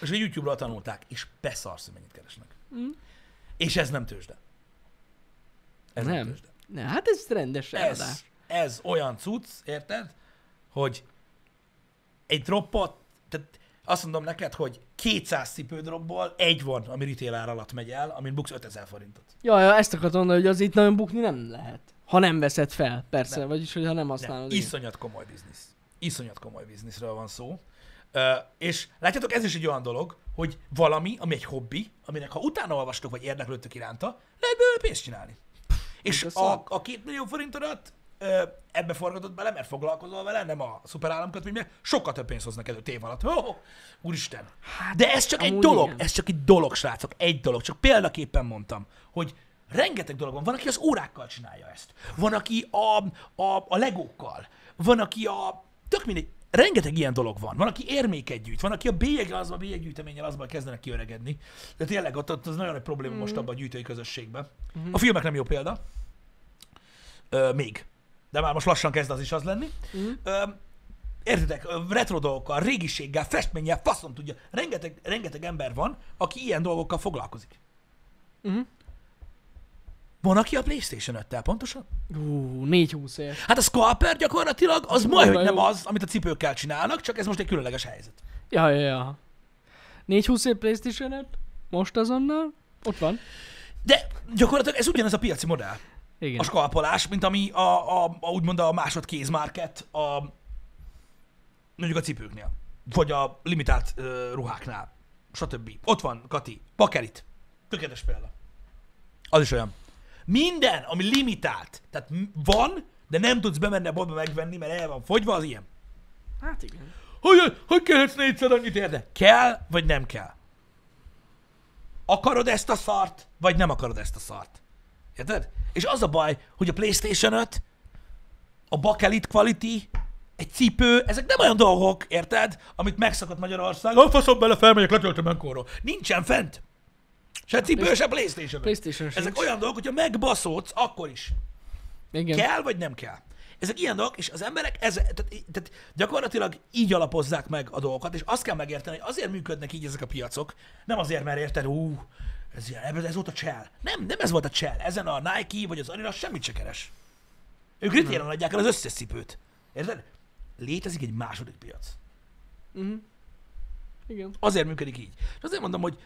És a YouTube-ról tanulták, és beszarsz, hogy mennyit keresnek. Mm. És ez nem tőzsde. Ez nem, nem
Nem.
tőzsde.
Ne, hát ez rendes
Ez,
eladás.
ez olyan cucc, érted, hogy egy droppot, tehát azt mondom neked, hogy 200 cipődropból egy van, ami retail ár alatt megy el, amin buksz 5000 forintot.
Ja, ja, ezt akartam mondani, hogy az itt nagyon bukni nem lehet. Ha nem veszed fel, persze,
Nem.
vagyis, hogy ha nem
De
használod. igen.
iszonyat komoly biznisz. Iszonyat komoly bizniszről van szó. Ö, és látjátok, ez is egy olyan dolog, hogy valami, ami egy hobbi, aminek ha utána olvastok, vagy érdeklődtök iránta, lehet belőle pénzt csinálni. És
mint a
a,
szar.
a két millió forintodat ö, ebbe forgatott bele, mert foglalkozol vele, nem a szuperállamkötvények, sokkal több pénzt hoznak elő tév alatt. Oh, úristen.
Hát,
De ez csak egy
amúgy
dolog,
igen.
ez csak egy dolog, srácok, egy dolog. Csak példaképpen mondtam, hogy rengeteg dolog van. Van, aki az órákkal csinálja ezt. Van, aki a, a, a legókkal. Van, aki a... Tök mindegy. Rengeteg ilyen dolog van. Van, aki érméket gyűjt, van, aki a bélyege azban, a bélyeggyűjteménnyel azban kezdenek kiöregedni. De tényleg ott, ott az nagyon nagy probléma mm. most abban a gyűjtői közösségben.
Mm-hmm.
Mm. A filmek nem jó példa. Ö, még. De már most lassan kezd az is az lenni. Mm. Ö, értitek, ö, retro dolgokkal, régiséggel, festménnyel, faszom tudja. Rengeteg, rengeteg ember van, aki ilyen dolgokkal foglalkozik.
Mhm.
Van, aki a PlayStation 5-tel, pontosan?
Ú, 4-20 ér.
Hát a scalper gyakorlatilag az majd, hogy
Kurva
nem
jó.
az, amit a cipőkkel csinálnak, csak ez most egy különleges helyzet.
Ja, ja, ja. 4-20 ér playstation -et? Most azonnal? Ott van.
De gyakorlatilag ez ugyanez a piaci modell.
Igen.
A skalpolás, mint ami a, a, a úgymond a másodkéz market a mondjuk a cipőknél, vagy a limitált ö, ruháknál, stb. Ott van, Kati, pakerit. Tökéletes példa. Az is olyan. Minden, ami limitált, tehát m- van, de nem tudsz bemenni a boltba megvenni, mert el van fogyva, az ilyen.
Hát igen.
Hogy, hogy kérhetsz négyszer annyit érde? Kell, vagy nem kell? Akarod ezt a szart, vagy nem akarod ezt a szart? Érted? És az a baj, hogy a Playstation 5, a bakelit quality, egy cipő, ezek nem olyan dolgok, érted? Amit megszokott Magyarország. A faszom bele, felmegyek, letöltöm enkorról. Nincsen fent. Se cipő, se Playstation. 5.
Playstation sincs.
Ezek olyan dolgok, hogyha megbaszódsz, akkor is.
Igen.
Kell vagy nem kell? Ezek ilyen dolgok, és az emberek ez, tehát, í- tehát gyakorlatilag így alapozzák meg a dolgokat, és azt kell megérteni, hogy azért működnek így ezek a piacok, nem azért, mert érted, ú, ez, ilyen, ez volt a csel. Nem, nem ez volt a csel. Ezen a Nike vagy az Adidas semmit se keres. Ők ritéren adják el az összes cipőt. Érted? Létezik egy második piac.
Mhm. Igen.
Azért működik így. És azért mondom, hogy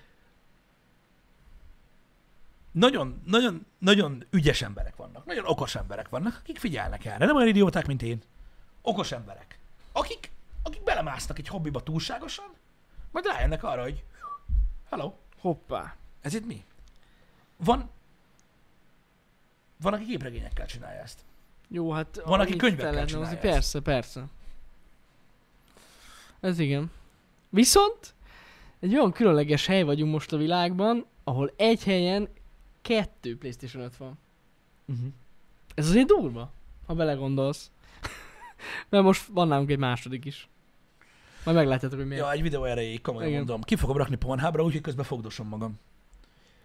nagyon, nagyon, nagyon ügyes emberek vannak, nagyon okos emberek vannak, akik figyelnek erre. Nem olyan idióták, mint én. Okos emberek. Akik, akik belemásznak egy hobbiba túlságosan, majd rájönnek arra, hogy hello,
Hoppá.
ez itt mi? Van, van, aki képregényekkel csinálja ezt.
Jó, hát...
Van, aki
amit
könyvekkel
fel lehetne hozni.
csinálja
Persze, persze. Ez igen. Viszont egy olyan különleges hely vagyunk most a világban, ahol egy helyen kettő PlayStation 5 van.
Uh-huh.
Ez azért durva, ha belegondolsz. Mert most van nálunk egy második is. Majd meglátjátok, hogy miért.
Ja, egy videó erejéig, komolyan
Igen.
mondom. Ki fogom rakni Pornhubra, úgyhogy közben fogdosom magam.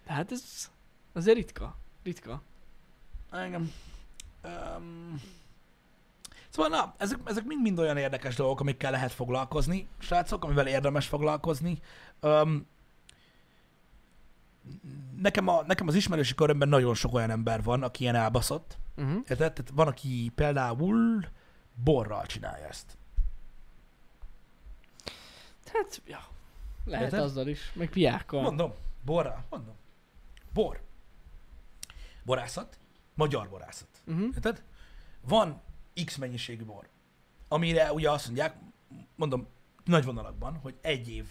Hát ez azért ritka. Ritka.
Engem. Um, szóval na, ezek, ezek mind-mind olyan érdekes dolgok, amikkel lehet foglalkozni, srácok, amivel érdemes foglalkozni. Um, nekem, a, nekem az ismerősi körömben nagyon sok olyan ember van, aki ilyen elbaszott.
Uh-huh.
Érted? Tehát van, aki például borral csinálja ezt.
Hát, ja. Lehet
Érted?
azzal is. Meg piákkal.
Mondom, borral, mondom. Bor. Borászat, magyar borászat.
Uh-huh.
Érted? Van X mennyiségű bor, amire ugye azt mondják, mondom nagy vonalakban, hogy egy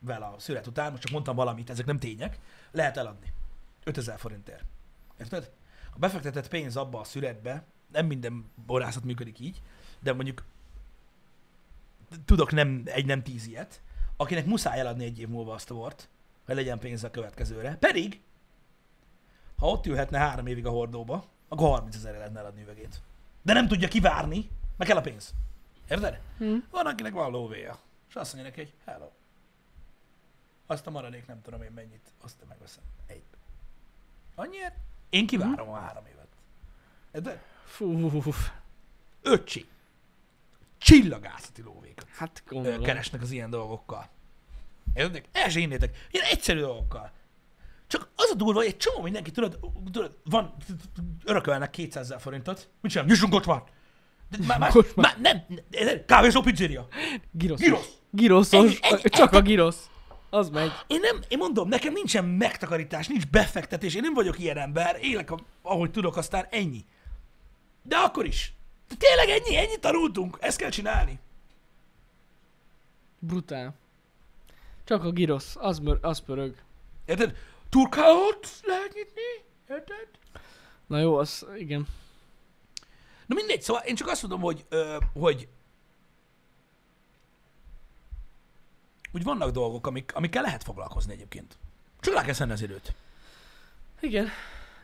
évvel a szület után, most csak mondtam valamit, ezek nem tények, lehet eladni. 5000 forintért. Érted? A befektetett pénz abba a születbe, nem minden borászat működik így, de mondjuk tudok nem, egy nem tíz ilyet, akinek muszáj eladni egy év múlva azt a bort, hogy legyen pénz a következőre. Pedig, ha ott ülhetne három évig a hordóba, akkor 30 ezerre lehetne eladni üvegét. De nem tudja kivárni, meg kell a pénz. Érted?
Hm.
Van, akinek van lóvéja. És azt mondja neki, hogy hello. Azt a maradék nem tudom én mennyit, azt megveszem. Egy. Annyiért? Én kivárom a három évet. Érted?
Fú,
Öcsi. Csillagászati lóvékat
hát
ö,
gondolom.
keresnek az ilyen dolgokkal. Értedek? El se hinnétek. Ilyen egyszerű dolgokkal. Csak az a durva, hogy egy csomó mindenki, tudod, tudod van, örökölnek 200 ezer forintot. Mit csinálom? Nyissunk kocsmát! De már, már,
Kocsmát.
már nem, nem, kávézó pizzeria.
Girosz.
Girosz.
Giroszos.
Ennyi, ennyi,
Csak a girosz. Az megy.
Én nem, én mondom, nekem nincsen megtakarítás, nincs befektetés, én nem vagyok ilyen ember, élek, a- ahogy tudok, aztán ennyi. De akkor is. De tényleg ennyi, ennyit tanultunk, ezt kell csinálni.
Brutál. Csak a girosz. Az, mör, az pörög.
Érted? Turkáot lehet nyitni, érted?
Na jó, az igen.
Na mindegy, szóval én csak azt mondom, hogy, ö, hogy úgy vannak dolgok, amik, amikkel lehet foglalkozni egyébként. Csak rá kell szenni az időt.
Igen.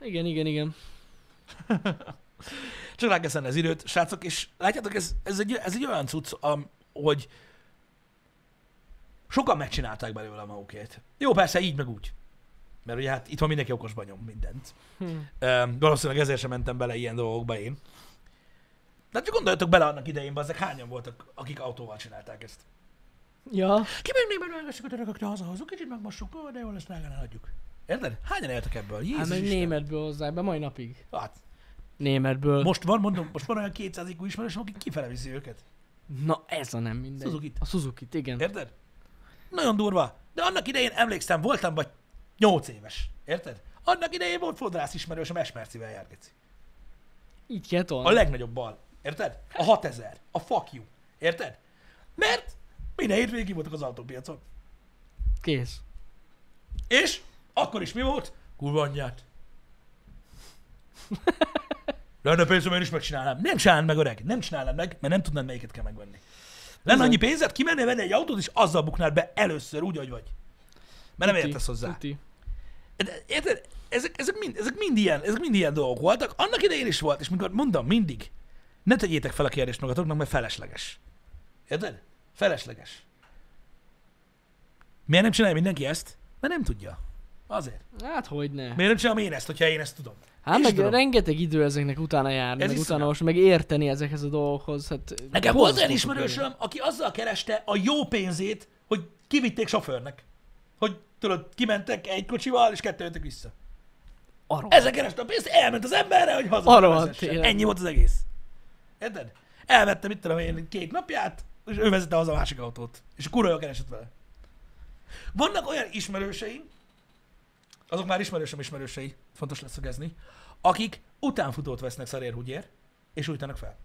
Igen, igen, igen.
Csak rá kell szenni az időt, srácok, és látjátok, ez, ez, egy, ez egy olyan cucc, am, hogy sokan megcsinálták belőle a magukét. Jó, persze, így meg úgy. Mert ugye hát itt van mindenki okosban nyom mindent.
Hm.
Ö, valószínűleg ezért sem mentem bele ilyen dolgokba én. De hát csak gondoljatok bele annak idején, ezek hányan voltak, akik autóval csinálták ezt.
Ja. hát
Kimegyünk még megmegveszünk a törökökre hazahozunk, kicsit megmossuk, ó, de jól lesz, drágán elhagyjuk. Érted? Hányan éltek ebből?
Hát
Jézus
meg
hát, Isten.
németből hozzák be, mai napig.
Hát,
Németből.
most van, mondom, most van olyan 200 IQ ismerősöm, aki kifele viszi őket.
Na ez a nem mindegy.
Suzuki-t.
A suzuki igen.
Érted? Nagyon durva. De annak idején emlékszem, voltam vagy 8 éves. Érted? Annak idején volt fodrász ismerősöm, Esmercivel járgeci.
Így kell tolni.
A legnagyobb bal. Érted? A 6000. A fuck you. Érted? Mert minden hétvégig voltak az autópiacon.
Kész.
És akkor is mi volt? Kurva anyját. Lenne pénzem, én is megcsinálnám. Nem csinálnám meg, öreg. Nem csinálnám meg, mert nem tudnád, melyiket kell megvenni. Lenne
Bizony.
annyi pénzed, kimennél venni egy autót, és azzal buknál be először, úgy, ahogy vagy. Mert nem
Tuti,
értesz hozzá.
Tuti.
De Érted? Ezek, ezek, mind, ezek, mind ilyen, ezek mind ilyen dolgok voltak. Annak idején is volt, és mikor mondom, mindig, ne tegyétek fel a kérdést magatoknak, mert felesleges. Érted? Felesleges. Miért nem csinálja mindenki ezt? Mert nem tudja. Azért.
Hát hogy ne.
Miért nem csinálom én ezt, hogyha én ezt tudom?
Hát
Én is
meg
tudom.
rengeteg idő ezeknek utána járni,
Ez
meg
iszonyat.
utána most meg érteni ezekhez a dolgokhoz. Hát,
Nekem volt olyan
borzasztó
ismerősöm, aki azzal kereste a jó pénzét, hogy kivitték sofőrnek. Hogy tudod, kimentek egy kocsival, és kettő jöttek vissza.
Arról.
Ezzel kereste a pénzt, elment az emberre, hogy haza.
Arra van
vezessen.
tényleg.
Ennyi volt az egész. Érted? Elvettem, mit tudom én, két napját, és ő vezette haza a másik autót. És kurva jól keresett vele. Vannak olyan ismerőseim, azok már ismerősöm ismerősei, fontos leszögezni, akik utánfutót vesznek szarérhúgyért, és újtanak fel.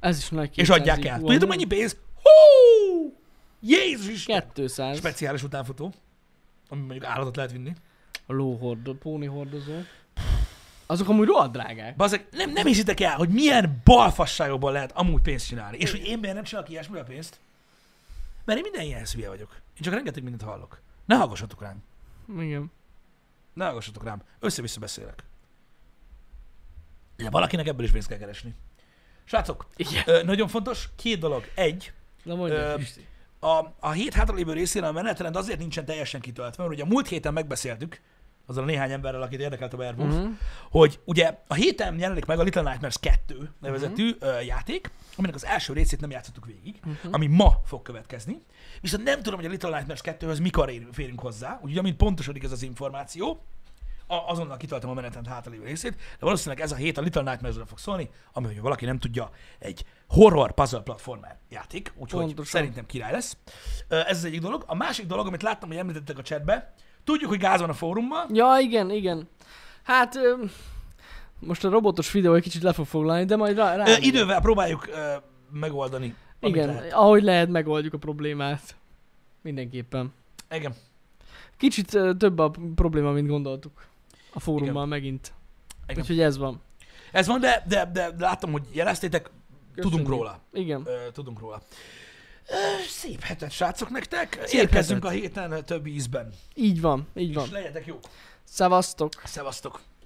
Ez is nagy
és
200
adják
IQ,
el.
amúgy.
Tudjátok mennyi pénz? Hú! Jézus Isten!
200.
Speciális utánfutó, ami mondjuk állatot lehet vinni.
A lóhordó, póni hordozó. Azok amúgy rohadt drágák.
Bazeg, nem, nem hiszitek el, hogy milyen balfasságokból lehet amúgy pénzt csinálni. És hogy én miért nem csinálok ilyesmivel pénzt? Mert én minden ilyen hülye vagyok. Én csak rengeteg mindent hallok. Ne hallgassatok rám.
Igen.
Ne hallgassatok rám. Össze-vissza beszélek. De valakinek ebből is pénzt kell keresni. Srácok,
Igen.
ö, nagyon fontos két dolog. Egy,
Na mondja,
Ö,
Pisti.
a, a hét hátralévő részén a menetrend azért nincsen teljesen kitöltve, mert ugye a múlt héten megbeszéltük, azzal a néhány emberrel, akit érdekelt a Werewolf,
Mhm.
hogy ugye a héten jelenik meg a Little Nightmares 2 nevezetű
Mhm.
uh-huh. játék, aminek az első részét nem játszottuk végig, uh-huh. ami ma fog következni. Viszont nem tudom, hogy a Little Nightmares 2-höz mikor ér- férünk hozzá, úgyhogy amint pontosodik ez az információ, a- azonnal kitöltöm a menetrend hátralévő részét, de valószínűleg ez a hét a Little Nightmares-ről fog szólni, ami, hogyha valaki nem tudja, egy horror puzzle platformer játék, úgyhogy
Pontosan.
szerintem király lesz. Ö, Ez az egyik dolog. A másik dolog, amit láttam, hogy említettek a chatbe, tudjuk, hogy gáz van a fórumban,
Ja, igen, igen. Hát, ö, most a robotos videó egy kicsit le fog foglalni, de majd rá... rá
Ö, idővel próbáljuk ö, megoldani. amit
Igen,
lehet.
ahogy lehet, megoldjuk a problémát. Mindenképpen.
Igen.
Kicsit ö, több a probléma, mint gondoltuk. A fórummal
Igen.
megint.
Igen.
Úgyhogy ez van.
Ez van, de, de, de láttam, hogy jeleztétek, tudunk
Köszönjük.
róla.
Igen.
Ö, tudunk róla. Ö, szép hetet, srácok, nektek.
Szép
Érkezzünk
hetet.
a héten több ízben.
Így van, így
És
van.
legyetek jók.
Szevasztok.
Szevasztok.